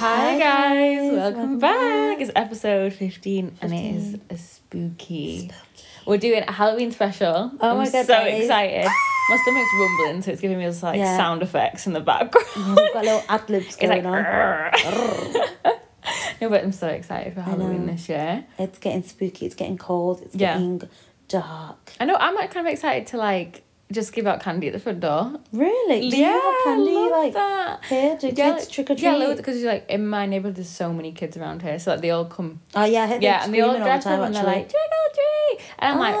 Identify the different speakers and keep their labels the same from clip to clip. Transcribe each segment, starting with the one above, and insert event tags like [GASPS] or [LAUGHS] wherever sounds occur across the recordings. Speaker 1: Hi,
Speaker 2: Hi,
Speaker 1: guys,
Speaker 2: guys.
Speaker 1: welcome,
Speaker 2: Welcome
Speaker 1: back.
Speaker 2: back.
Speaker 1: It's episode 15, and it is
Speaker 2: 15.
Speaker 1: a spooky. We're doing a Halloween special.
Speaker 2: Oh
Speaker 1: I'm
Speaker 2: my God,
Speaker 1: so
Speaker 2: guys.
Speaker 1: excited. My stomach's rumbling, so it's giving me this like
Speaker 2: Yeah.
Speaker 1: sound effects in the background.
Speaker 2: We've got little ad
Speaker 1: [LAUGHS]
Speaker 2: libs
Speaker 1: It's like
Speaker 2: going on.
Speaker 1: No, but I'm so excited for Halloween
Speaker 2: know.
Speaker 1: this year.
Speaker 2: It's getting spooky. It's getting cold. It's
Speaker 1: Yeah.
Speaker 2: getting dark.
Speaker 1: I know I'm like kind of excited to like just give out candy at the front door.
Speaker 2: Really? Do
Speaker 1: yeah,
Speaker 2: you have candy?
Speaker 1: I love
Speaker 2: like
Speaker 1: that.
Speaker 2: here? Do
Speaker 1: Yeah,
Speaker 2: kids
Speaker 1: like-
Speaker 2: trick or treat?
Speaker 1: Yeah, loads because like in my neighborhood, there's so many kids around here, so like they all come
Speaker 2: oh yeah, I heard
Speaker 1: Yeah,
Speaker 2: them
Speaker 1: and they all
Speaker 2: screaming all
Speaker 1: dress
Speaker 2: the time.
Speaker 1: up and they're
Speaker 2: actually.
Speaker 1: like,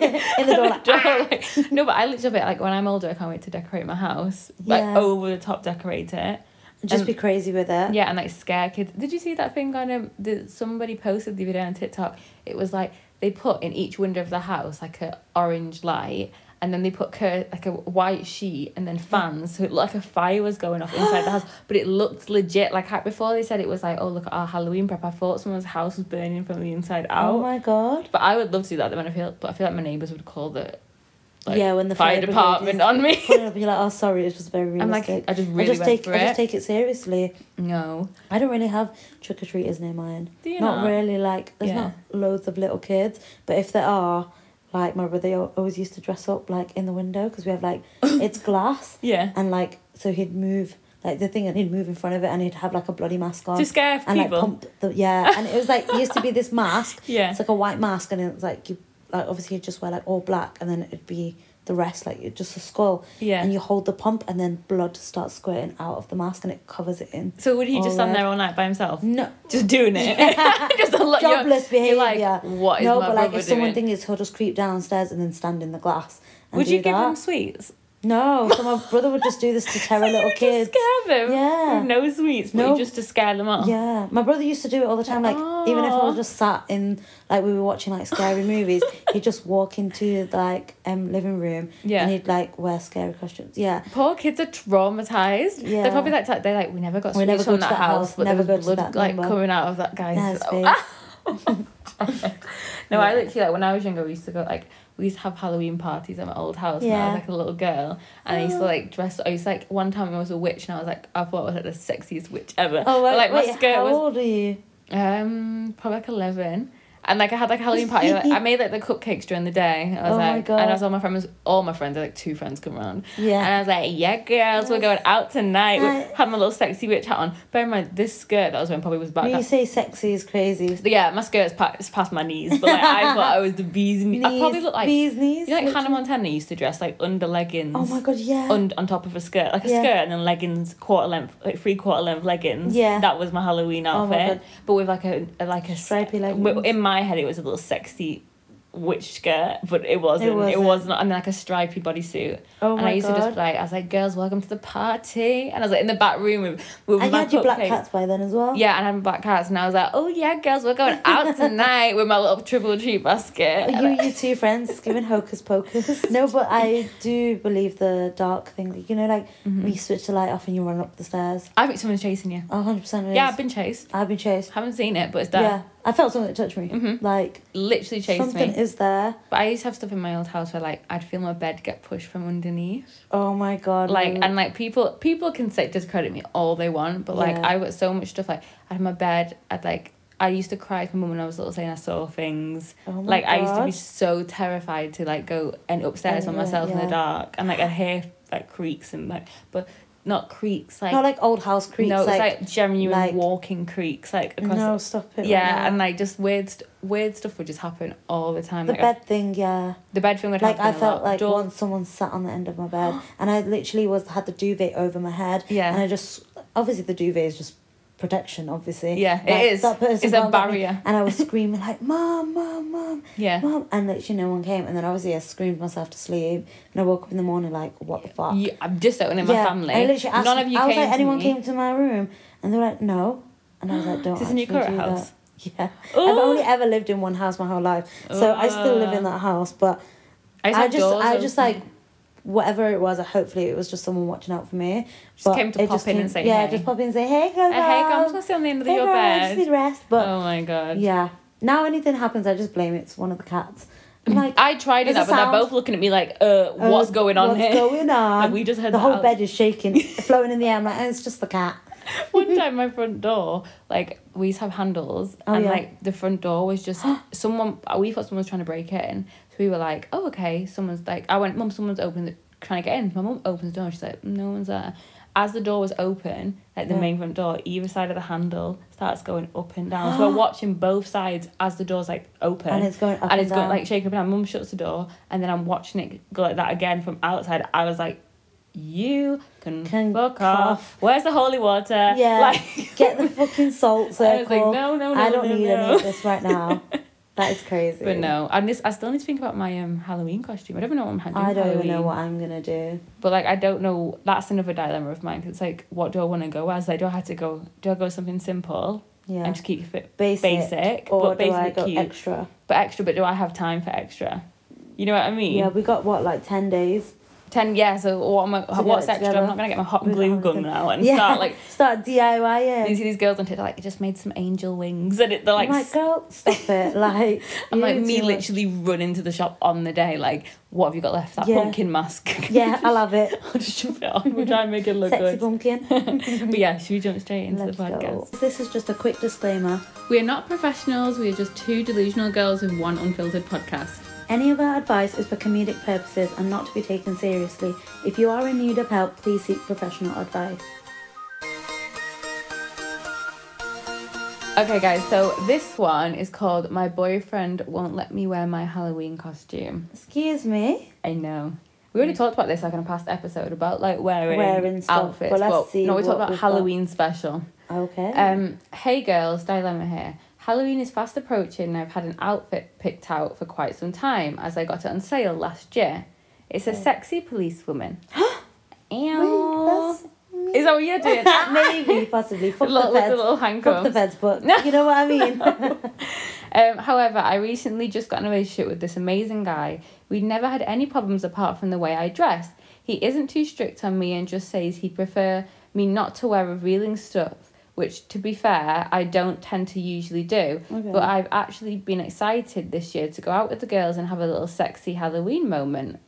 Speaker 1: [LAUGHS] trick or treat. And I'm like, rah!
Speaker 2: in
Speaker 1: [LAUGHS]
Speaker 2: the door like. "Ah."
Speaker 1: Like, no, but I literally love it. Like, when I'm older, I can't wait to decorate my house. Like,
Speaker 2: Yeah.
Speaker 1: over the top decorate it.
Speaker 2: Just
Speaker 1: and-
Speaker 2: be crazy with it.
Speaker 1: Yeah, and like scare kids. Did you see that thing on um, that somebody posted the other day on TikTok? It was like they put in each window of the house like a orange light, and then they put cur- like a white sheet and then fans, so it looked like a fire was going off inside
Speaker 2: [GASPS]
Speaker 1: the house. But it looked legit. Like how- before they said it was like, oh look at our Halloween prep. I thought someone's house was burning from the inside out.
Speaker 2: Oh my god.
Speaker 1: but I would love to do that. When I feel, but I feel like my neighbors would call the like,
Speaker 2: yeah, when the
Speaker 1: fire,
Speaker 2: brigade
Speaker 1: department
Speaker 2: is
Speaker 1: on me.
Speaker 2: [LAUGHS] pulling up and you're like, oh sorry, it was very
Speaker 1: I'm like,
Speaker 2: realistic.
Speaker 1: I just
Speaker 2: I
Speaker 1: really
Speaker 2: just
Speaker 1: went
Speaker 2: take
Speaker 1: for
Speaker 2: I
Speaker 1: it.
Speaker 2: just take it seriously.
Speaker 1: no,
Speaker 2: I don't really have trick or treaters near mine.
Speaker 1: do you
Speaker 2: not
Speaker 1: not?
Speaker 2: really like there's
Speaker 1: Yeah.
Speaker 2: not loads of little kids but if there are like my brother al- always used to dress up like in the window because we
Speaker 1: [LAUGHS]
Speaker 2: have like it's glass
Speaker 1: Yeah,
Speaker 2: and like so he'd move like the thing and he'd move in front of it and he'd have like a bloody mask on
Speaker 1: to scare
Speaker 2: and like
Speaker 1: people.
Speaker 2: pump the yeah and it was like it used to be this mask
Speaker 1: [LAUGHS] yeah.
Speaker 2: it's like a white mask and it's like you like obviously you'd just wear like all black and then it'd be the rest like it's just a skull
Speaker 1: Yeah.
Speaker 2: and you hold the pump and then blood starts squirting out of the mask and it covers it in
Speaker 1: so would he just
Speaker 2: all
Speaker 1: stand
Speaker 2: red.
Speaker 1: there all night by himself,
Speaker 2: [LAUGHS] no
Speaker 1: just doing it? [LAUGHS] just a lot.
Speaker 2: jobless
Speaker 1: you're, you're
Speaker 2: behavior.
Speaker 1: like, what is
Speaker 2: no,
Speaker 1: my
Speaker 2: but like
Speaker 1: brother
Speaker 2: if someone
Speaker 1: doing?
Speaker 2: thing is, he'll just creep downstairs and then stand in the glass. And
Speaker 1: would
Speaker 2: do
Speaker 1: you give
Speaker 2: that.
Speaker 1: him sweets?
Speaker 2: No, [LAUGHS] so my brother would just do this
Speaker 1: [LAUGHS]
Speaker 2: to terror
Speaker 1: So
Speaker 2: little
Speaker 1: you just
Speaker 2: kids.
Speaker 1: scare them.
Speaker 2: Yeah.
Speaker 1: With No sweets, but
Speaker 2: No.
Speaker 1: you just to scare them off.
Speaker 2: Yeah, my brother used to do it all the time. Like even if I
Speaker 1: Aw.
Speaker 2: was just sat in, like we were watching
Speaker 1: [LAUGHS]
Speaker 2: like scary movies, he'd just walk into like um living room.
Speaker 1: Yeah.
Speaker 2: and he'd like wear scary costumes. Yeah,
Speaker 1: Poor kids are traumatized. They're
Speaker 2: Yeah.
Speaker 1: probably like they're like we never got
Speaker 2: We
Speaker 1: sweets
Speaker 2: never go
Speaker 1: from
Speaker 2: to
Speaker 1: that,
Speaker 2: that
Speaker 1: house,
Speaker 2: house,
Speaker 1: but
Speaker 2: never
Speaker 1: there
Speaker 2: go
Speaker 1: was
Speaker 2: to
Speaker 1: blood
Speaker 2: that
Speaker 1: like
Speaker 2: number."
Speaker 1: coming out of that guy's.
Speaker 2: That's
Speaker 1: throat.
Speaker 2: fair.
Speaker 1: [LAUGHS] No, I
Speaker 2: Yeah.
Speaker 1: literally like when I was younger, we used to go like we used to have Halloween parties at my old house. And I
Speaker 2: Yeah. Oh.
Speaker 1: was like a little girl, and I used to like dress. I used to, like one time I was a witch, and I was like I thought I was like the sexiest witch ever.
Speaker 2: Oh
Speaker 1: But,
Speaker 2: wait,
Speaker 1: like
Speaker 2: wait
Speaker 1: my skirt
Speaker 2: how
Speaker 1: was
Speaker 2: old are you?
Speaker 1: um probably like eleven. And like I had like a Halloween party. Like,
Speaker 2: [LAUGHS]
Speaker 1: I made like the cupcakes during the day. I was
Speaker 2: Oh my
Speaker 1: like,
Speaker 2: God.
Speaker 1: and I saw my friends, all my friends, like two friends come round. And
Speaker 2: Yeah,
Speaker 1: I was like, yeah, girls, we're
Speaker 2: Yes.
Speaker 1: going out tonight.
Speaker 2: Right.
Speaker 1: Had my little sexy witch hat on. Bear in mind, this skirt that I was wearing probably was about.
Speaker 2: when you say sexy is crazy.
Speaker 1: yeah, my skirt's pa- it's past my knees, but like, I thought I was the bee's knees. I probably
Speaker 2: Knees,
Speaker 1: looked like.
Speaker 2: bees knees.
Speaker 1: You know, like Hannah
Speaker 2: literally.
Speaker 1: Montana used to dress like under leggings.
Speaker 2: Oh my god, yeah.
Speaker 1: Und- on top of a skirt, like a
Speaker 2: Yeah.
Speaker 1: skirt, and then leggings, quarter length, like three quarter length leggings.
Speaker 2: Yeah.
Speaker 1: that was my Halloween
Speaker 2: Oh
Speaker 1: outfit.
Speaker 2: my God.
Speaker 1: but with like a, a- like a s-
Speaker 2: Stripy leggings.
Speaker 1: w- In my head, it was a little sexy witch skirt, but it wasn't. It wasn't.
Speaker 2: wasn't.
Speaker 1: and then like a stripy bodysuit.
Speaker 2: oh my
Speaker 1: and I used
Speaker 2: god.
Speaker 1: to just be like, I was like, girls, welcome to the party. And I was like in the back room with, with
Speaker 2: And you
Speaker 1: my
Speaker 2: had your black
Speaker 1: cupcakes.
Speaker 2: cats by then as well.
Speaker 1: Yeah, and I had my black cats. And I was like, oh yeah, girls, we're going
Speaker 2: [LAUGHS]
Speaker 1: out tonight with my little triple treat basket.
Speaker 2: You, you two friends it's giving
Speaker 1: [LAUGHS]
Speaker 2: hocus pocus. No, but I do believe the dark thing. You know, like
Speaker 1: Mm-hmm.
Speaker 2: when you switch the light off and you run up the stairs.
Speaker 1: I think someone's chasing you.
Speaker 2: A hundred percent. it
Speaker 1: Yeah, I've
Speaker 2: is.
Speaker 1: been chased.
Speaker 2: I've been chased.
Speaker 1: Haven't seen it, but it's there.
Speaker 2: Yeah, I felt something touch me.
Speaker 1: Mhm.
Speaker 2: Like
Speaker 1: Literally chased
Speaker 2: something
Speaker 1: me.
Speaker 2: is there.
Speaker 1: But I used to have stuff in my old house where like I'd feel my bed get pushed from underneath.
Speaker 2: Oh my god.
Speaker 1: Like
Speaker 2: no.
Speaker 1: and like people people can say discredit me all they want, but like
Speaker 2: Yeah.
Speaker 1: I got so much stuff like I had my bed, I'd like I used to cry for mum when I was little saying I saw things.
Speaker 2: oh my
Speaker 1: like I used to be
Speaker 2: God.
Speaker 1: so terrified to like go and upstairs by
Speaker 2: Anywhere,
Speaker 1: myself in the
Speaker 2: yeah.
Speaker 1: dark and like I'd hear like creaks and like but not creaks like
Speaker 2: not like old house creeps.
Speaker 1: no it's like,
Speaker 2: like,
Speaker 1: genuine
Speaker 2: like-
Speaker 1: walking creaks like across
Speaker 2: no, stop it.
Speaker 1: yeah
Speaker 2: right
Speaker 1: and
Speaker 2: now.
Speaker 1: like just weird st- weird stuff would just happen all the time
Speaker 2: the
Speaker 1: like I-
Speaker 2: bed thing. Yeah.
Speaker 1: the bed thing would
Speaker 2: Like
Speaker 1: happen
Speaker 2: I
Speaker 1: a
Speaker 2: felt
Speaker 1: lot.
Speaker 2: like
Speaker 1: Door-
Speaker 2: once someone sat on the end of my bed,
Speaker 1: [GASPS]
Speaker 2: and I literally was had the duvet over my head.
Speaker 1: Yeah.
Speaker 2: And I just obviously the duvet is just protection, obviously.
Speaker 1: Yeah, it
Speaker 2: Like,
Speaker 1: is.
Speaker 2: That person
Speaker 1: It's a
Speaker 2: can't get me.
Speaker 1: barrier.
Speaker 2: And
Speaker 1: [LAUGHS]
Speaker 2: I was screaming like, "Mom, mom, mom,
Speaker 1: Yeah.
Speaker 2: mom!" And literally no one came. And then obviously I screamed myself to sleep, and I woke up in the morning like, "What the fuck?"
Speaker 1: You, I'm just out in my family.
Speaker 2: I literally asked,
Speaker 1: None of you
Speaker 2: I was
Speaker 1: came
Speaker 2: like,
Speaker 1: to
Speaker 2: "Anyone
Speaker 1: me.
Speaker 2: came to my room?" And they were like, "No." And I was like, "Don't."
Speaker 1: Is [GASPS] this in your
Speaker 2: actually
Speaker 1: current
Speaker 2: do that." [LAUGHS]
Speaker 1: house?
Speaker 2: Yeah, I've
Speaker 1: Ooh.
Speaker 2: only ever lived in one house my whole life, so I still live in that house, but.
Speaker 1: I just,
Speaker 2: I
Speaker 1: had
Speaker 2: just,
Speaker 1: doors
Speaker 2: I just
Speaker 1: open.
Speaker 2: like whatever it was. I hopefully it was just someone watching out for me.
Speaker 1: Just came to
Speaker 2: it
Speaker 1: pop in and say
Speaker 2: yeah,
Speaker 1: hey.
Speaker 2: just pop in and say hey, girl.
Speaker 1: Uh, hey, girl, I'm just gonna sit on the end of
Speaker 2: Hey,
Speaker 1: your
Speaker 2: girl, I just
Speaker 1: bed.
Speaker 2: need rest. [LAUGHS] But
Speaker 1: oh my god.
Speaker 2: yeah, now anything happens, I just blame it's one of the cats. I'm like,
Speaker 1: I tried it,
Speaker 2: There's
Speaker 1: that,
Speaker 2: a
Speaker 1: but they're
Speaker 2: sound.
Speaker 1: both looking at me like, uh, [LAUGHS] what's
Speaker 2: oh,
Speaker 1: going on
Speaker 2: what's
Speaker 1: here?
Speaker 2: going on?
Speaker 1: Like, we just heard
Speaker 2: the
Speaker 1: that
Speaker 2: whole
Speaker 1: out.
Speaker 2: bed is shaking, floating in the air. I'm like, "Oh, it's just the cat.
Speaker 1: [LAUGHS] One time, my front door, like we used to have handles,
Speaker 2: Oh,
Speaker 1: and
Speaker 2: yeah.
Speaker 1: like the front door was
Speaker 2: [GASPS]
Speaker 1: just someone. We thought someone was trying to break in, so we were like, "Oh, okay, someone's like." I went, "Mum, someone's open, the, trying to get in." My mum opens the door. She's like, "No one's there." As the door was open, like the
Speaker 2: Yeah.
Speaker 1: main front door, either side of the handle starts going up and down.
Speaker 2: [GASPS]
Speaker 1: so we're watching both sides as the door's like open
Speaker 2: and it's going up
Speaker 1: and it's
Speaker 2: down.
Speaker 1: going like [LAUGHS] shaking up and down. Mum shuts the door, and then I'm watching it go like that again from outside. I was like, "You can,
Speaker 2: Can
Speaker 1: fuck
Speaker 2: cough.
Speaker 1: off. Where's the holy water?
Speaker 2: Yeah.
Speaker 1: [LAUGHS] like
Speaker 2: get the fucking
Speaker 1: [LAUGHS]
Speaker 2: salt circle.
Speaker 1: I was like, no, no, no,
Speaker 2: I don't
Speaker 1: no,
Speaker 2: need
Speaker 1: no.
Speaker 2: any of this
Speaker 1: [LAUGHS]
Speaker 2: right now. that is crazy.
Speaker 1: But no, I just I still need to think about my um Halloween costume. I don't even know what I'm doing.
Speaker 2: I don't
Speaker 1: Halloween.
Speaker 2: even know what I'm gonna do.
Speaker 1: But like I don't know. That's another dilemma of mine. 'cause it's like, what do I want to go as? Like, do I have to go? Do I go something simple
Speaker 2: Yeah,
Speaker 1: and just keep it
Speaker 2: basic,
Speaker 1: basic,
Speaker 2: or
Speaker 1: but
Speaker 2: do I
Speaker 1: basically
Speaker 2: go
Speaker 1: cute,
Speaker 2: extra?
Speaker 1: but extra? But do I have time for extra? You know what I mean?
Speaker 2: Yeah, we got what like ten days.
Speaker 1: Ten, yeah. So what am I,
Speaker 2: To get
Speaker 1: what's
Speaker 2: it
Speaker 1: extra?
Speaker 2: together.
Speaker 1: I'm not gonna get my hot
Speaker 2: We've
Speaker 1: glue
Speaker 2: got
Speaker 1: gun
Speaker 2: everything.
Speaker 1: now and
Speaker 2: Yeah.
Speaker 1: start like.
Speaker 2: [LAUGHS] Start
Speaker 1: And you
Speaker 2: DIYing.
Speaker 1: see these girls on TikTok like, I just made some angel wings, and it, they're like,
Speaker 2: I'm like, girl, Oh
Speaker 1: [LAUGHS]
Speaker 2: stop it! Like,
Speaker 1: I'm like
Speaker 2: you
Speaker 1: me
Speaker 2: do-
Speaker 1: literally run into the shop on the day, like, what have you got left? That
Speaker 2: Yeah.
Speaker 1: pumpkin mask.
Speaker 2: [LAUGHS] Yeah,
Speaker 1: [LAUGHS]
Speaker 2: I love it.
Speaker 1: I'll just shove it on. We'll try and make it look
Speaker 2: Sexy
Speaker 1: good.
Speaker 2: pumpkin.
Speaker 1: But yeah, should we jump straight into
Speaker 2: Let's
Speaker 1: the podcast?
Speaker 2: go. This is just a quick disclaimer.
Speaker 1: We are not professionals. We are just two delusional girls with one unfiltered podcast.
Speaker 2: Any of our advice is for comedic purposes and not to be taken seriously. If you are in need of help, please seek professional advice.
Speaker 1: Okay, guys. So this one is called "My Boyfriend Won't Let Me Wear My Halloween Costume."
Speaker 2: Excuse me.
Speaker 1: I know. We already talked about this like in a past episode about like wearing,
Speaker 2: Wearing stuff,
Speaker 1: outfits.
Speaker 2: but let's
Speaker 1: well,
Speaker 2: see
Speaker 1: no, we
Speaker 2: what
Speaker 1: talked about
Speaker 2: we've got.
Speaker 1: Halloween special.
Speaker 2: Okay.
Speaker 1: Um, hey girls, dilemma here. Halloween is fast approaching, and I've had an outfit picked out for quite some time as I got it on sale last year. It's a sexy
Speaker 2: [GASPS]
Speaker 1: policewoman. Ew.
Speaker 2: Wait,
Speaker 1: Is that what you're
Speaker 2: [LAUGHS]
Speaker 1: doing?
Speaker 2: that's
Speaker 1: [LAUGHS]
Speaker 2: maybe possibly fuck
Speaker 1: Look,
Speaker 2: the
Speaker 1: with the
Speaker 2: feds.
Speaker 1: little
Speaker 2: Fuck the
Speaker 1: handcuffs.
Speaker 2: feds,
Speaker 1: [LAUGHS]
Speaker 2: but you know what I mean.
Speaker 1: Um, however, I recently just got in a relationship with this amazing guy. We'd never had any problems apart from the way I dress. He isn't too strict on me and just says he'd prefer me not to wear revealing stuff, which, to be fair, I don't tend to usually do.
Speaker 2: Okay.
Speaker 1: But I've actually been excited this year to go out with the girls and have a little sexy Halloween moment.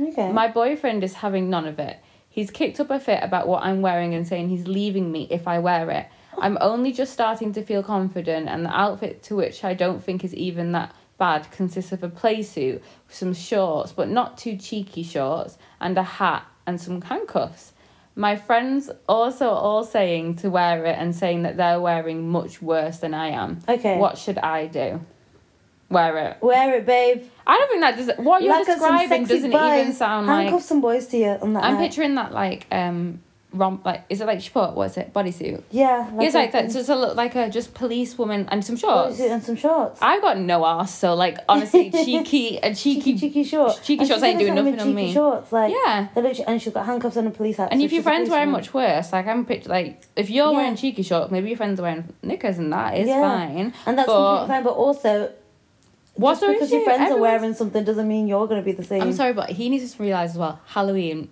Speaker 2: okay.
Speaker 1: My boyfriend is having none of it. He's kicked up a fit about what I'm wearing and saying he's leaving me if I wear it. I'm only just starting to feel confident, and the outfit to which I don't think is even that bad consists of a play suit, some shorts, but not too cheeky shorts, and a hat and some handcuffs. My friends also all saying to wear it and saying that they're wearing much worse than I am.
Speaker 2: Okay.
Speaker 1: What should I do? Wear it.
Speaker 2: Wear it, babe.
Speaker 1: I don't think that does. What you're
Speaker 2: Like us some
Speaker 1: describing
Speaker 2: sexy
Speaker 1: doesn't even
Speaker 2: boys.
Speaker 1: sound like
Speaker 2: Handcuff some boys to you on that
Speaker 1: I'm
Speaker 2: night.
Speaker 1: picturing that like um romp like is it like she put what's it bodysuit?
Speaker 2: yeah.
Speaker 1: Yes, like
Speaker 2: a-
Speaker 1: that. Just a look like a just police woman and some shorts.
Speaker 2: bodysuit and some shorts.
Speaker 1: I've got no ass, so like honestly, cheeky a Ah, cheeky,
Speaker 2: [LAUGHS] cheeky, cheeky shorts.
Speaker 1: cheeky
Speaker 2: And she's
Speaker 1: shorts ain't doing
Speaker 2: gonna send them
Speaker 1: nothing on
Speaker 2: in cheeky
Speaker 1: me.
Speaker 2: Shorts, like
Speaker 1: Yeah.
Speaker 2: they're literally- and she's got handcuffs and a police hat.
Speaker 1: And
Speaker 2: so
Speaker 1: if your
Speaker 2: she's a
Speaker 1: friends wearing
Speaker 2: policewoman.
Speaker 1: much worse, like I'm picture like if you're
Speaker 2: Yeah.
Speaker 1: wearing cheeky shorts, maybe your friends are wearing knickers and that is
Speaker 2: Yeah.
Speaker 1: fine.
Speaker 2: and that's
Speaker 1: but-
Speaker 2: completely fine. But also,
Speaker 1: What's
Speaker 2: just
Speaker 1: the
Speaker 2: because
Speaker 1: issue?
Speaker 2: your friends are
Speaker 1: Everyone's-
Speaker 2: wearing something doesn't mean you're going to be the same.
Speaker 1: I'm sorry, but he needs to realize as well. Halloween,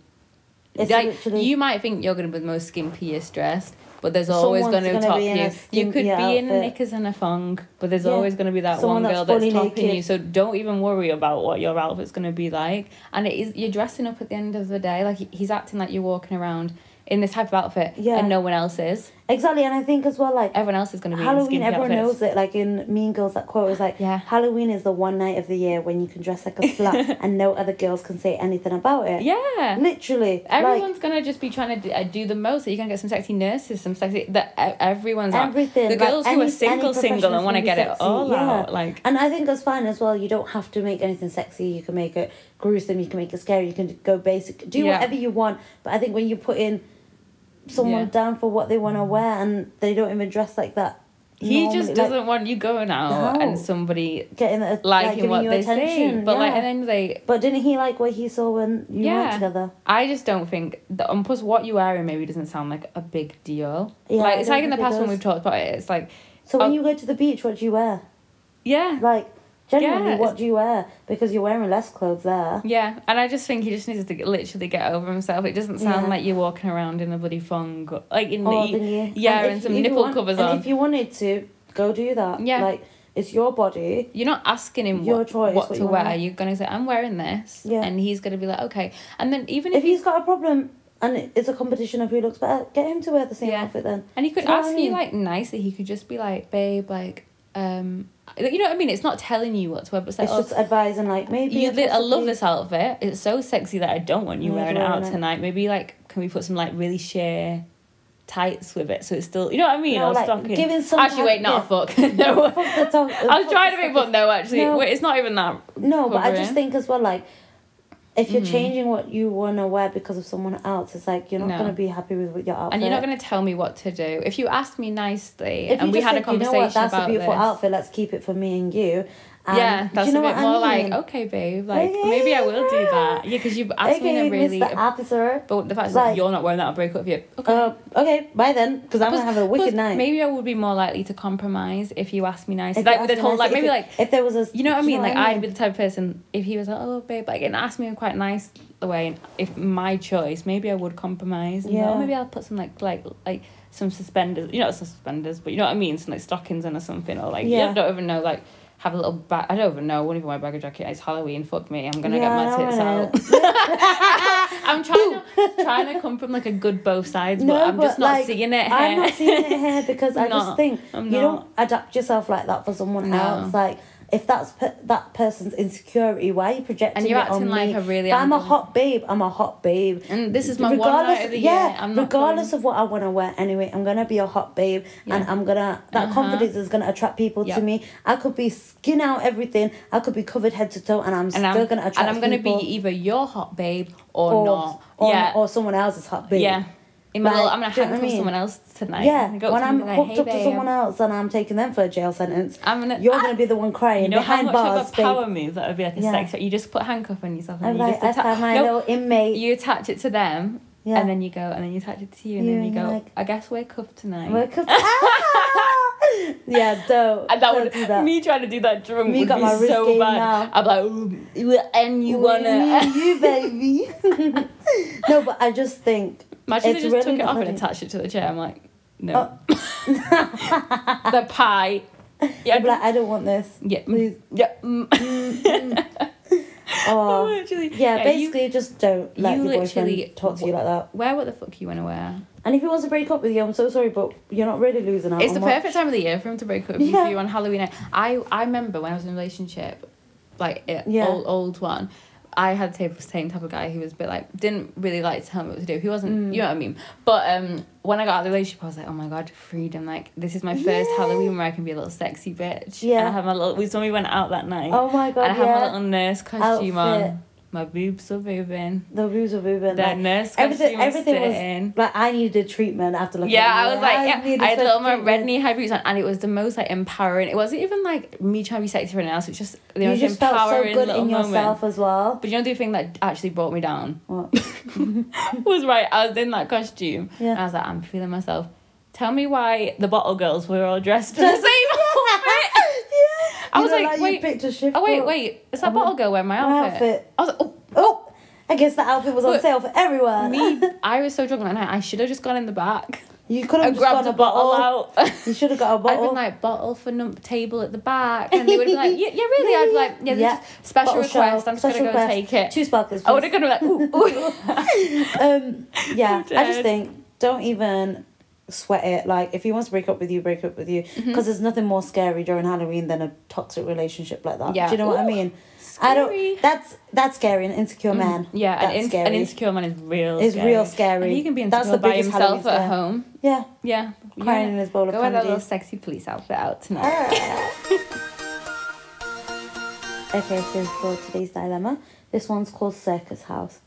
Speaker 2: It's
Speaker 1: like
Speaker 2: literally-
Speaker 1: you might think you're gonna be the most skimpiest dressed, but there's always
Speaker 2: Someone's
Speaker 1: gonna,
Speaker 2: gonna
Speaker 1: top
Speaker 2: be in a
Speaker 1: you. You could be
Speaker 2: skimpier
Speaker 1: in
Speaker 2: outfit.
Speaker 1: knickers and a thong, but there's
Speaker 2: Yeah.
Speaker 1: always gonna be that one
Speaker 2: Someone that's
Speaker 1: girl that's,
Speaker 2: fully
Speaker 1: topping
Speaker 2: naked.
Speaker 1: you. So don't even worry about what your outfit's gonna be like. And it is you're dressing up at the end of the day. Like he- he's acting like you're walking around in this type of outfit,
Speaker 2: Yeah.
Speaker 1: and no one else is.
Speaker 2: Exactly, and I think as well, like
Speaker 1: Everyone else is gonna be in
Speaker 2: Halloween,
Speaker 1: skimpy
Speaker 2: everyone
Speaker 1: outfits.
Speaker 2: knows it. Like in Mean Girls, that quote was like,
Speaker 1: Yeah.
Speaker 2: Halloween is the one night of the year when you can dress like
Speaker 1: [LAUGHS]
Speaker 2: a slut and no other girls can say anything about it.
Speaker 1: Yeah.
Speaker 2: Literally.
Speaker 1: Everyone's gonna just be trying to do, uh, do the most. So you're gonna get some sexy nurses, some sexy. That e- everyone's
Speaker 2: like,
Speaker 1: out.
Speaker 2: everything.
Speaker 1: The
Speaker 2: like,
Speaker 1: girls who
Speaker 2: any-
Speaker 1: are
Speaker 2: any
Speaker 1: single, single, and want
Speaker 2: profession's
Speaker 1: to
Speaker 2: gonna be
Speaker 1: get it
Speaker 2: sexy,
Speaker 1: all
Speaker 2: yeah.
Speaker 1: out. Like,
Speaker 2: And I think that's fine as well. You don't have to make anything sexy. You can make it gruesome. You can make it scary. You can go basic. Do
Speaker 1: Yeah.
Speaker 2: whatever you want. But I think when you put in someone
Speaker 1: Yeah.
Speaker 2: down for what they want to wear and they don't even dress like that,
Speaker 1: he
Speaker 2: normally,
Speaker 1: just
Speaker 2: like,
Speaker 1: doesn't want you going out
Speaker 2: No.
Speaker 1: and somebody
Speaker 2: getting a, like
Speaker 1: liking
Speaker 2: giving
Speaker 1: what
Speaker 2: you
Speaker 1: they
Speaker 2: attention.
Speaker 1: see. But like,
Speaker 2: yeah.
Speaker 1: and then they.
Speaker 2: but didn't he like what he saw when you
Speaker 1: Yeah.
Speaker 2: were together?
Speaker 1: I just don't think that, and plus, what you're wearing maybe doesn't sound like a big deal.
Speaker 2: Yeah,
Speaker 1: like
Speaker 2: I
Speaker 1: it's
Speaker 2: don't
Speaker 1: like in the
Speaker 2: think it
Speaker 1: past when
Speaker 2: does.
Speaker 1: we've talked about it. It's like,
Speaker 2: So when
Speaker 1: Oh.
Speaker 2: you go to the beach, what do you wear?
Speaker 1: yeah,
Speaker 2: Like generally,
Speaker 1: Yeah,
Speaker 2: what do you wear? Because you're wearing less clothes there.
Speaker 1: yeah, and I just think he just needs to get, literally get over himself. It doesn't sound
Speaker 2: Yeah.
Speaker 1: like you're walking around in a bloody thong, like in
Speaker 2: Oh,
Speaker 1: the e,
Speaker 2: then you-
Speaker 1: yeah,
Speaker 2: if
Speaker 1: and
Speaker 2: you-
Speaker 1: some
Speaker 2: if you
Speaker 1: nipple
Speaker 2: want-
Speaker 1: covers
Speaker 2: and
Speaker 1: on.
Speaker 2: if you wanted to, go do that.
Speaker 1: Yeah.
Speaker 2: Like, it's your body.
Speaker 1: you're not asking him
Speaker 2: Your
Speaker 1: what,
Speaker 2: choice,
Speaker 1: what
Speaker 2: what
Speaker 1: to
Speaker 2: you
Speaker 1: wear.
Speaker 2: wanna-
Speaker 1: You're gonna say, "I'm wearing this,"
Speaker 2: Yeah.
Speaker 1: and he's gonna be like, "Okay." And then even if,
Speaker 2: If he's got a problem, and it- it's a competition of who looks better. Get him to wear the same
Speaker 1: Yeah.
Speaker 2: outfit then.
Speaker 1: And he could
Speaker 2: Do you know what
Speaker 1: ask
Speaker 2: I
Speaker 1: you
Speaker 2: mean?
Speaker 1: like nicely. He could just be like, babe, like, um, you know what I mean? It's not telling you what to wear, but it's like,
Speaker 2: It's
Speaker 1: oh,
Speaker 2: just advising like maybe.
Speaker 1: you li- I love
Speaker 2: possibly-
Speaker 1: this outfit. It's so sexy that I don't want you
Speaker 2: Yeah, I
Speaker 1: wearing it
Speaker 2: don't
Speaker 1: out
Speaker 2: want it.
Speaker 1: tonight. Maybe like, can we put some like really sheer tights with it? So it's still, you know what I mean?
Speaker 2: No,
Speaker 1: I was
Speaker 2: like,
Speaker 1: stocking.
Speaker 2: giving some
Speaker 1: actually,
Speaker 2: type-
Speaker 1: wait, not a fuck. [LAUGHS] no,
Speaker 2: [LAUGHS] Fuck the dog-
Speaker 1: [LAUGHS] I was
Speaker 2: fuck
Speaker 1: trying to
Speaker 2: the
Speaker 1: make, but no, actually,
Speaker 2: No.
Speaker 1: wait, it's not even that.
Speaker 2: No, but I just
Speaker 1: covering.
Speaker 2: think as well, like, if you're
Speaker 1: Mhm.
Speaker 2: changing what you want to wear because of someone else, it's like you're not
Speaker 1: No.
Speaker 2: going to be happy with what your outfit.
Speaker 1: And you're not going to tell me what to do. If you asked me nicely
Speaker 2: If you
Speaker 1: and we
Speaker 2: just
Speaker 1: had a
Speaker 2: said,
Speaker 1: conversation
Speaker 2: you know what, that's
Speaker 1: about
Speaker 2: a beautiful
Speaker 1: this,
Speaker 2: outfit. Let's keep it for me and you. And
Speaker 1: yeah,
Speaker 2: do
Speaker 1: that's
Speaker 2: you know
Speaker 1: a bit
Speaker 2: what I
Speaker 1: more
Speaker 2: mean?
Speaker 1: like "Oh, okay, babe, like
Speaker 2: Okay,
Speaker 1: maybe I will do
Speaker 2: yeah.
Speaker 1: that. Yeah, because you've asked me in
Speaker 2: okay,
Speaker 1: a really.
Speaker 2: Mr. Officer.
Speaker 1: But the fact is, that
Speaker 2: Like-
Speaker 1: you're not wearing that, I'll break up with you. Okay.
Speaker 2: Uh, okay, bye then, because I'm
Speaker 1: Plus-
Speaker 2: gonna have a wicked
Speaker 1: plus
Speaker 2: night.
Speaker 1: Maybe I would be more likely to compromise if you asked me nicely.
Speaker 2: If you
Speaker 1: Like with
Speaker 2: asked
Speaker 1: the whole,
Speaker 2: him,
Speaker 1: like
Speaker 2: if
Speaker 1: maybe
Speaker 2: it-
Speaker 1: like
Speaker 2: if there was a,
Speaker 1: you know what I
Speaker 2: do
Speaker 1: mean.
Speaker 2: what
Speaker 1: like I'd be the type of person if he was like, oh babe, like and asked me in quite nice the way, and if my choice, maybe I would compromise. And yeah.
Speaker 2: Yeah.
Speaker 1: maybe I'll put some like like like some suspenders. You know, not some suspenders, but you know what I mean. Some like stockings on or something, or like yeah,
Speaker 2: Yeah.
Speaker 1: I don't even know like. Have a little bag. I don't even know. I won't even wear a baggy jacket. It's Halloween. Fuck me. I'm gonna
Speaker 2: Yeah,
Speaker 1: get my tits
Speaker 2: I
Speaker 1: out.
Speaker 2: don't
Speaker 1: [LAUGHS]
Speaker 2: [LAUGHS]
Speaker 1: I'm trying to trying to come from like a good both sides,
Speaker 2: No,
Speaker 1: but I'm just
Speaker 2: but,
Speaker 1: not
Speaker 2: like,
Speaker 1: seeing it.
Speaker 2: I'm
Speaker 1: here.
Speaker 2: not seeing
Speaker 1: [LAUGHS]
Speaker 2: it here because I
Speaker 1: No,
Speaker 2: just think
Speaker 1: I'm
Speaker 2: you
Speaker 1: not.
Speaker 2: don't adapt yourself like that for someone
Speaker 1: No.
Speaker 2: else. Like if that's pe- that person's insecurity, why are you projecting
Speaker 1: And you're
Speaker 2: it on
Speaker 1: acting like
Speaker 2: me?
Speaker 1: a really
Speaker 2: If I'm a
Speaker 1: angry-
Speaker 2: hot babe. I'm a hot babe.
Speaker 1: And this is my one night of the
Speaker 2: yeah,
Speaker 1: year. I'm not
Speaker 2: regardless of what I want to wear, anyway, I'm gonna be a hot babe, and
Speaker 1: Yeah.
Speaker 2: I'm gonna that
Speaker 1: Uh-huh.
Speaker 2: confidence is gonna attract people
Speaker 1: Yep.
Speaker 2: to me. I could be skin out everything. I could be covered head to toe, and I'm
Speaker 1: and
Speaker 2: still
Speaker 1: I'm
Speaker 2: gonna attract.
Speaker 1: and I'm gonna
Speaker 2: people
Speaker 1: be either your hot babe or,
Speaker 2: or,
Speaker 1: not.
Speaker 2: or,
Speaker 1: yeah,
Speaker 2: or someone else's hot babe.
Speaker 1: yeah. In my
Speaker 2: Like,
Speaker 1: little, I'm gonna
Speaker 2: do you
Speaker 1: hang out
Speaker 2: know what I
Speaker 1: with
Speaker 2: mean?
Speaker 1: someone else tonight.
Speaker 2: Yeah,
Speaker 1: and go up
Speaker 2: when
Speaker 1: to them and
Speaker 2: I'm
Speaker 1: be like,
Speaker 2: hooked
Speaker 1: "Hey,
Speaker 2: up to
Speaker 1: babe,
Speaker 2: someone else and I'm taking them for a jail sentence,
Speaker 1: I'm gonna.
Speaker 2: you're
Speaker 1: Ah!
Speaker 2: gonna be the one crying
Speaker 1: you know how
Speaker 2: behind
Speaker 1: much
Speaker 2: bars,
Speaker 1: of a
Speaker 2: babe.
Speaker 1: power move that would be like a
Speaker 2: Yeah.
Speaker 1: sex. You just put handcuff on yourself and
Speaker 2: I'm
Speaker 1: you
Speaker 2: like, I
Speaker 1: just
Speaker 2: found
Speaker 1: attach.
Speaker 2: my
Speaker 1: no,
Speaker 2: little inmate.
Speaker 1: you attach it to them,
Speaker 2: yeah,
Speaker 1: and then you go, and then you attach it to you, and
Speaker 2: You
Speaker 1: then you
Speaker 2: and you're
Speaker 1: go.
Speaker 2: like-
Speaker 1: I guess we're cuffed tonight.
Speaker 2: We're
Speaker 1: [LAUGHS]
Speaker 2: cooked- Ah! yeah, dope.
Speaker 1: And that would
Speaker 2: do that.
Speaker 1: me trying to do that drunk
Speaker 2: Me
Speaker 1: would
Speaker 2: got
Speaker 1: be
Speaker 2: my wrist
Speaker 1: so
Speaker 2: game
Speaker 1: bad.
Speaker 2: now.
Speaker 1: I'd be like, "Ooh, you- and you
Speaker 2: We
Speaker 1: wanna [LAUGHS]
Speaker 2: need you, baby. [LAUGHS] no, but I just think
Speaker 1: imagine
Speaker 2: It's
Speaker 1: they just
Speaker 2: really
Speaker 1: took it off and
Speaker 2: funny.
Speaker 1: attached it to the chair. I'm like, no,
Speaker 2: Oh.
Speaker 1: [LAUGHS] the pie. Yeah,
Speaker 2: I'd be like, I don't want this.
Speaker 1: [LAUGHS] yeah, mm,
Speaker 2: Please.
Speaker 1: yeah. mm.
Speaker 2: Oh,
Speaker 1: literally,
Speaker 2: yeah,
Speaker 1: you-
Speaker 2: basically, just don't let
Speaker 1: you
Speaker 2: your
Speaker 1: literally-
Speaker 2: boyfriend talk to you like that.
Speaker 1: wear what the fuck you want to wear.
Speaker 2: And if he wants to break up with you, I'm so sorry, but you're not really losing out.
Speaker 1: It's
Speaker 2: on
Speaker 1: the
Speaker 2: much.
Speaker 1: perfect time of the year for him to break up with
Speaker 2: Yeah.
Speaker 1: you on Halloween. night. I I remember when I was in a relationship, like it,
Speaker 2: Yeah.
Speaker 1: old old one. I had the same type of guy who was a bit like didn't really like to tell me what to do. He wasn't,
Speaker 2: Mm.
Speaker 1: you know what I mean. But um, when I got out of the relationship, I was like, oh my god, freedom! Like this is my first
Speaker 2: Yeah.
Speaker 1: Halloween where I can be a little sexy bitch. And I
Speaker 2: Yeah.
Speaker 1: had my little. We so we went out that night.
Speaker 2: Oh my god,
Speaker 1: and I had my
Speaker 2: yeah.
Speaker 1: little nurse costume
Speaker 2: Outfit.
Speaker 1: on. My boobs are moving.
Speaker 2: The boobs were moving.
Speaker 1: The
Speaker 2: Like,
Speaker 1: nurse costume
Speaker 2: everything,
Speaker 1: was
Speaker 2: everything was
Speaker 1: sitting.
Speaker 2: like I needed treatment after looking.
Speaker 1: Yeah,
Speaker 2: at you.
Speaker 1: I was like,
Speaker 2: need
Speaker 1: yeah. I had
Speaker 2: this
Speaker 1: little my
Speaker 2: treatment.
Speaker 1: red knee high boots on, and it was the most like empowering. It wasn't even like me trying to be sexy for anyone else. It's just the
Speaker 2: You
Speaker 1: most
Speaker 2: just felt so
Speaker 1: empowering
Speaker 2: good
Speaker 1: little
Speaker 2: in
Speaker 1: moment.
Speaker 2: yourself as well.
Speaker 1: But you know the thing that actually brought me down
Speaker 2: What?
Speaker 1: [LAUGHS] was right. I was in that costume, and I
Speaker 2: Yeah.
Speaker 1: was like, I'm feeling myself. Tell me why the bottle girls were all dressed in the same
Speaker 2: [LAUGHS]
Speaker 1: outfit.
Speaker 2: yeah.
Speaker 1: I
Speaker 2: You
Speaker 1: was
Speaker 2: know,
Speaker 1: like,
Speaker 2: you
Speaker 1: wait.
Speaker 2: picked a shift
Speaker 1: Oh wait,
Speaker 2: up.
Speaker 1: wait, is that
Speaker 2: I'm on-
Speaker 1: bottle girl wearing my
Speaker 2: My
Speaker 1: outfit?
Speaker 2: outfit.
Speaker 1: I was like,
Speaker 2: Oh, I guess that outfit was on
Speaker 1: But-
Speaker 2: sale for
Speaker 1: oh,
Speaker 2: everyone.
Speaker 1: me. I was so drunk that night. I should have just gone in the
Speaker 2: [LAUGHS]
Speaker 1: back
Speaker 2: You could have
Speaker 1: and
Speaker 2: just got
Speaker 1: grabbed
Speaker 2: a
Speaker 1: a bottle
Speaker 2: bottle.
Speaker 1: out. [LAUGHS]
Speaker 2: You should have got a
Speaker 1: I'd
Speaker 2: bottle.
Speaker 1: been like bottle for num- table at the back, and they would be
Speaker 2: [LAUGHS]
Speaker 1: like, yeah, yeah, really. I'd be like, yeah,
Speaker 2: Yeah.
Speaker 1: yeah. special
Speaker 2: Bottle
Speaker 1: request.
Speaker 2: shelf,
Speaker 1: I'm just
Speaker 2: special
Speaker 1: gonna go and
Speaker 2: request.
Speaker 1: take it.
Speaker 2: Two sparklers.
Speaker 1: I would
Speaker 2: please.
Speaker 1: have gone like, ooh, ooh. [LAUGHS]
Speaker 2: um yeah i just
Speaker 1: Dead.
Speaker 2: think don't even sweat it like if he wants to break up with you break up with you
Speaker 1: Mm-hmm.
Speaker 2: because there's nothing more scary during halloween than a toxic relationship like that
Speaker 1: Yeah.
Speaker 2: do you know what i
Speaker 1: Ooh,
Speaker 2: mean [LAUGHS] i
Speaker 1: scary. Mm,
Speaker 2: don't that's that's scary an insecure man
Speaker 1: yeah,
Speaker 2: that's
Speaker 1: an, in-
Speaker 2: scary
Speaker 1: an insecure man is real.
Speaker 2: It's
Speaker 1: scary.
Speaker 2: real scary.
Speaker 1: And he can be
Speaker 2: That's
Speaker 1: insecure
Speaker 2: the
Speaker 1: by
Speaker 2: biggest
Speaker 1: himself
Speaker 2: Halloween
Speaker 1: at
Speaker 2: scare.
Speaker 1: home.
Speaker 2: yeah
Speaker 1: Yeah,
Speaker 2: crying in
Speaker 1: yeah.
Speaker 2: his bowl of
Speaker 1: Go wear that little
Speaker 2: candy
Speaker 1: sexy police outfit out tonight.
Speaker 2: [LAUGHS] okay so for today's dilemma this one's called circus house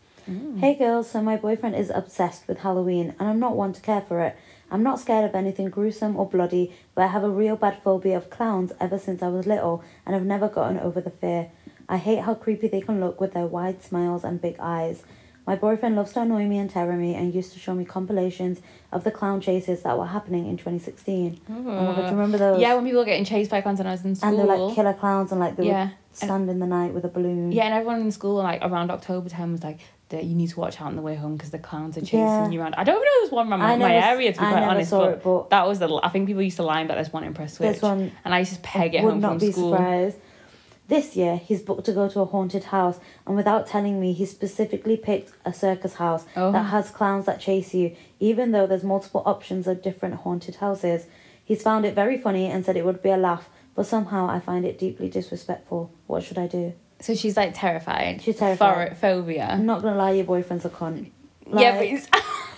Speaker 2: Hey girls, so my boyfriend is obsessed with Halloween and I'm not one to care for it. I'm not scared of anything gruesome or bloody, but I have a real bad phobia of clowns ever since I was little and I've never gotten over the fear. I hate how creepy they can look with their wide smiles and big eyes. My boyfriend loves to annoy me and terror me and used to show me compilations of the clown chases that were happening in 2016. Oh my god, do you remember those?
Speaker 1: Yeah, when people were getting chased by clowns when I was in school.
Speaker 2: and they're like killer clowns and like they
Speaker 1: Yeah.
Speaker 2: would stand in the night with a balloon.
Speaker 1: Yeah, and everyone in school, like around October time, was like, that you need to watch out on the way home because the clowns are chasing
Speaker 2: Yeah.
Speaker 1: you around. I don't even know there's one around
Speaker 2: I
Speaker 1: my, my
Speaker 2: never s-
Speaker 1: area, to be
Speaker 2: I
Speaker 1: quite
Speaker 2: never
Speaker 1: honest.
Speaker 2: saw
Speaker 1: But,
Speaker 2: it, but-
Speaker 1: that was the. I think people used to lie, but there's one in Press Switch.
Speaker 2: There's one-
Speaker 1: And I used to peg it
Speaker 2: would
Speaker 1: home
Speaker 2: not
Speaker 1: from
Speaker 2: be
Speaker 1: school.
Speaker 2: surprised. This year, he's booked to go to a haunted house, and without telling me, he specifically picked a circus house
Speaker 1: Oh.
Speaker 2: that has clowns that chase you, even though there's multiple options of different haunted houses. He's found it very funny and said it would be a laugh, but somehow I find it deeply disrespectful. What should I do?
Speaker 1: So she's like terrified.
Speaker 2: She's terrified.
Speaker 1: Phor- phobia.
Speaker 2: I'm not gonna lie, your boyfriend's a cunt.
Speaker 1: yeah, but it's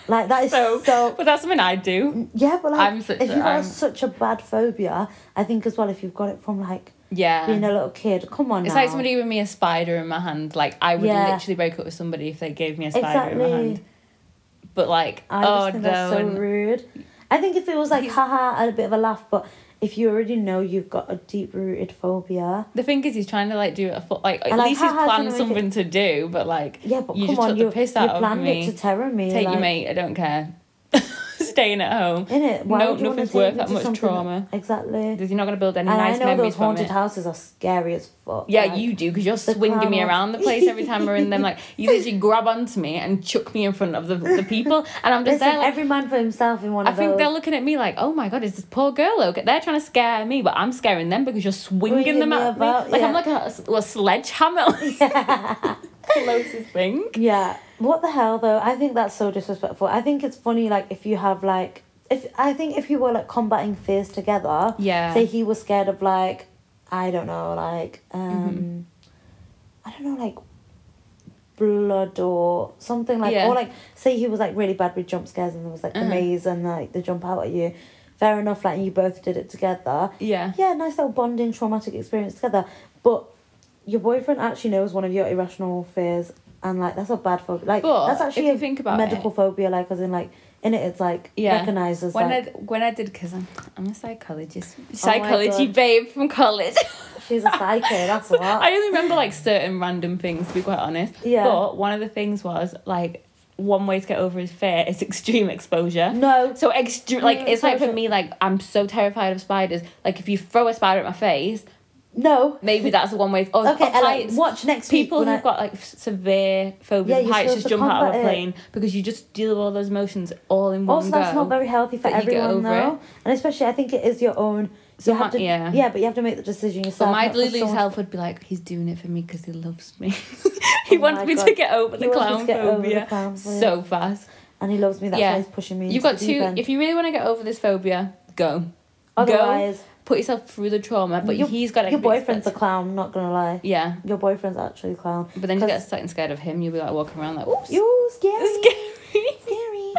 Speaker 2: like that is
Speaker 1: [LAUGHS] so,
Speaker 2: so Mm,
Speaker 1: But that's something I do.
Speaker 2: Yeah, but like,
Speaker 1: I'm such
Speaker 2: if
Speaker 1: a-
Speaker 2: you've got
Speaker 1: I'm-
Speaker 2: such a bad phobia, I think as well, if you've got it from like
Speaker 1: Yeah.
Speaker 2: being a little kid, come on
Speaker 1: it's
Speaker 2: now.
Speaker 1: like somebody giving me a spider in my hand. Like I would
Speaker 2: Yeah.
Speaker 1: literally break up with somebody if they gave me a spider in my hand.
Speaker 2: Exactly.
Speaker 1: But like,
Speaker 2: I
Speaker 1: oh
Speaker 2: just think
Speaker 1: no,
Speaker 2: that's so
Speaker 1: and-
Speaker 2: rude. I think if it was like,
Speaker 1: He's-
Speaker 2: haha, and a bit of a laugh, but if you already know you've got a deep rooted phobia,
Speaker 1: The thing is, he's trying to like do it. a fo- Like at
Speaker 2: And, like,
Speaker 1: least he's
Speaker 2: how- how's he
Speaker 1: planned
Speaker 2: gonna make
Speaker 1: something to do, but like
Speaker 2: yeah, but
Speaker 1: you
Speaker 2: come
Speaker 1: just
Speaker 2: on,
Speaker 1: took
Speaker 2: you,
Speaker 1: the piss
Speaker 2: you
Speaker 1: out of
Speaker 2: planned
Speaker 1: me.
Speaker 2: it to terror me.
Speaker 1: Take
Speaker 2: like,
Speaker 1: your mate. I don't care. [LAUGHS] Staying at home.
Speaker 2: Innit? Why
Speaker 1: No-
Speaker 2: would you wanna
Speaker 1: nothing's
Speaker 2: take
Speaker 1: worth
Speaker 2: me
Speaker 1: that
Speaker 2: to
Speaker 1: much
Speaker 2: something
Speaker 1: trauma.
Speaker 2: Exactly.
Speaker 1: You're not gonna build any
Speaker 2: and
Speaker 1: nice
Speaker 2: I know
Speaker 1: memories
Speaker 2: those
Speaker 1: from
Speaker 2: haunted
Speaker 1: it.
Speaker 2: houses are scary as fuck.
Speaker 1: Yeah,
Speaker 2: like-
Speaker 1: you do because you're swinging me
Speaker 2: clowns.
Speaker 1: around the place every time we're in them. Like you [LAUGHS] literally grab onto me and chuck me in front of the, the people, and I'm just
Speaker 2: Listen,
Speaker 1: there. Like,
Speaker 2: every man for himself in one
Speaker 1: I
Speaker 2: of those.
Speaker 1: think they're looking at me like, "Oh my god, is this poor girl okay?" They're trying to scare me, but I'm scaring them because you're swinging
Speaker 2: Swinging
Speaker 1: them
Speaker 2: me
Speaker 1: at
Speaker 2: about,
Speaker 1: me. Like
Speaker 2: yeah.
Speaker 1: I'm like a, a sledgehammer. [LAUGHS] Closest thing.
Speaker 2: Yeah. What the hell though? I think that's so disrespectful. I think it's funny like if you have like if I think if you were like combating fears together.
Speaker 1: Yeah.
Speaker 2: Say he was scared of like I don't know, like
Speaker 1: Mm-hmm.
Speaker 2: um I don't know like blood or something like
Speaker 1: Yeah.
Speaker 2: or like say he was like really bad with jump scares and there was like the
Speaker 1: Uh-huh.
Speaker 2: maze and like the jump out at you. Fair enough, like you both did it together
Speaker 1: Yeah.
Speaker 2: yeah, nice little bonding traumatic experience together. But your boyfriend actually knows one of your irrational fears, and like that's a bad phobia. Like
Speaker 1: But
Speaker 2: that's actually
Speaker 1: if
Speaker 2: a
Speaker 1: you think about
Speaker 2: medical phobia. Like as in like in it, it's like
Speaker 1: Yeah.
Speaker 2: recognized as
Speaker 1: When
Speaker 2: like Oh
Speaker 1: I when I did because I'm I'm a psychologist,
Speaker 2: my
Speaker 1: psychology
Speaker 2: God.
Speaker 1: babe from college. [LAUGHS]
Speaker 2: she's a psycho. that's what.
Speaker 1: I only remember like certain random things to be quite honest.
Speaker 2: Yeah.
Speaker 1: But one of the things was like one way to get over his fear is [LAUGHS] extreme exposure.
Speaker 2: no,
Speaker 1: So extreme, like
Speaker 2: Mm,
Speaker 1: it's like for
Speaker 2: exposure.
Speaker 1: me, like I'm so terrified of spiders. Like if you throw a spider at my face,
Speaker 2: no.
Speaker 1: maybe that's the one way. Or,
Speaker 2: Okay,
Speaker 1: or
Speaker 2: Ella,
Speaker 1: heights.
Speaker 2: watch next
Speaker 1: people
Speaker 2: week.
Speaker 1: who've
Speaker 2: when I-
Speaker 1: got like s- severe
Speaker 2: Yeah,
Speaker 1: phobias of
Speaker 2: you're
Speaker 1: heights
Speaker 2: supposed
Speaker 1: just
Speaker 2: to
Speaker 1: jump out of a
Speaker 2: combat it.
Speaker 1: plane because you just deal with all those emotions all in one
Speaker 2: also,
Speaker 1: go.
Speaker 2: that's not very healthy for
Speaker 1: but you get
Speaker 2: everyone
Speaker 1: over
Speaker 2: though, and especially I think it is your own.
Speaker 1: So
Speaker 2: you
Speaker 1: my-
Speaker 2: have to,
Speaker 1: yeah.
Speaker 2: but you have to make the decision yourself.
Speaker 1: but my
Speaker 2: not 'cause
Speaker 1: Lulu's
Speaker 2: someone-
Speaker 1: health would be like, he's doing it for me because he loves me. [LAUGHS] he
Speaker 2: Oh
Speaker 1: wants
Speaker 2: my
Speaker 1: me to
Speaker 2: God.
Speaker 1: get over
Speaker 2: He
Speaker 1: the
Speaker 2: wants me to
Speaker 1: clown
Speaker 2: get over the
Speaker 1: phobia
Speaker 2: clown phobia.
Speaker 1: so fast.
Speaker 2: and he loves me. That's
Speaker 1: Yeah.
Speaker 2: why he's pushing me.
Speaker 1: You've
Speaker 2: into
Speaker 1: got
Speaker 2: the
Speaker 1: two.
Speaker 2: deep end.
Speaker 1: If you really want to get over this phobia, go. go.
Speaker 2: Otherwise,
Speaker 1: Put yourself through the trauma, but
Speaker 2: Your-
Speaker 1: he's got to
Speaker 2: your
Speaker 1: be
Speaker 2: boyfriend's a
Speaker 1: expert.
Speaker 2: clown. Not gonna lie.
Speaker 1: Yeah,
Speaker 2: Your boyfriend's actually a clown.
Speaker 1: but then you
Speaker 2: 'Cause-
Speaker 1: get starting scared of him. You'll be like walking around like, [LAUGHS] oops,
Speaker 2: You're scary.
Speaker 1: scary. [LAUGHS]
Speaker 2: Scary.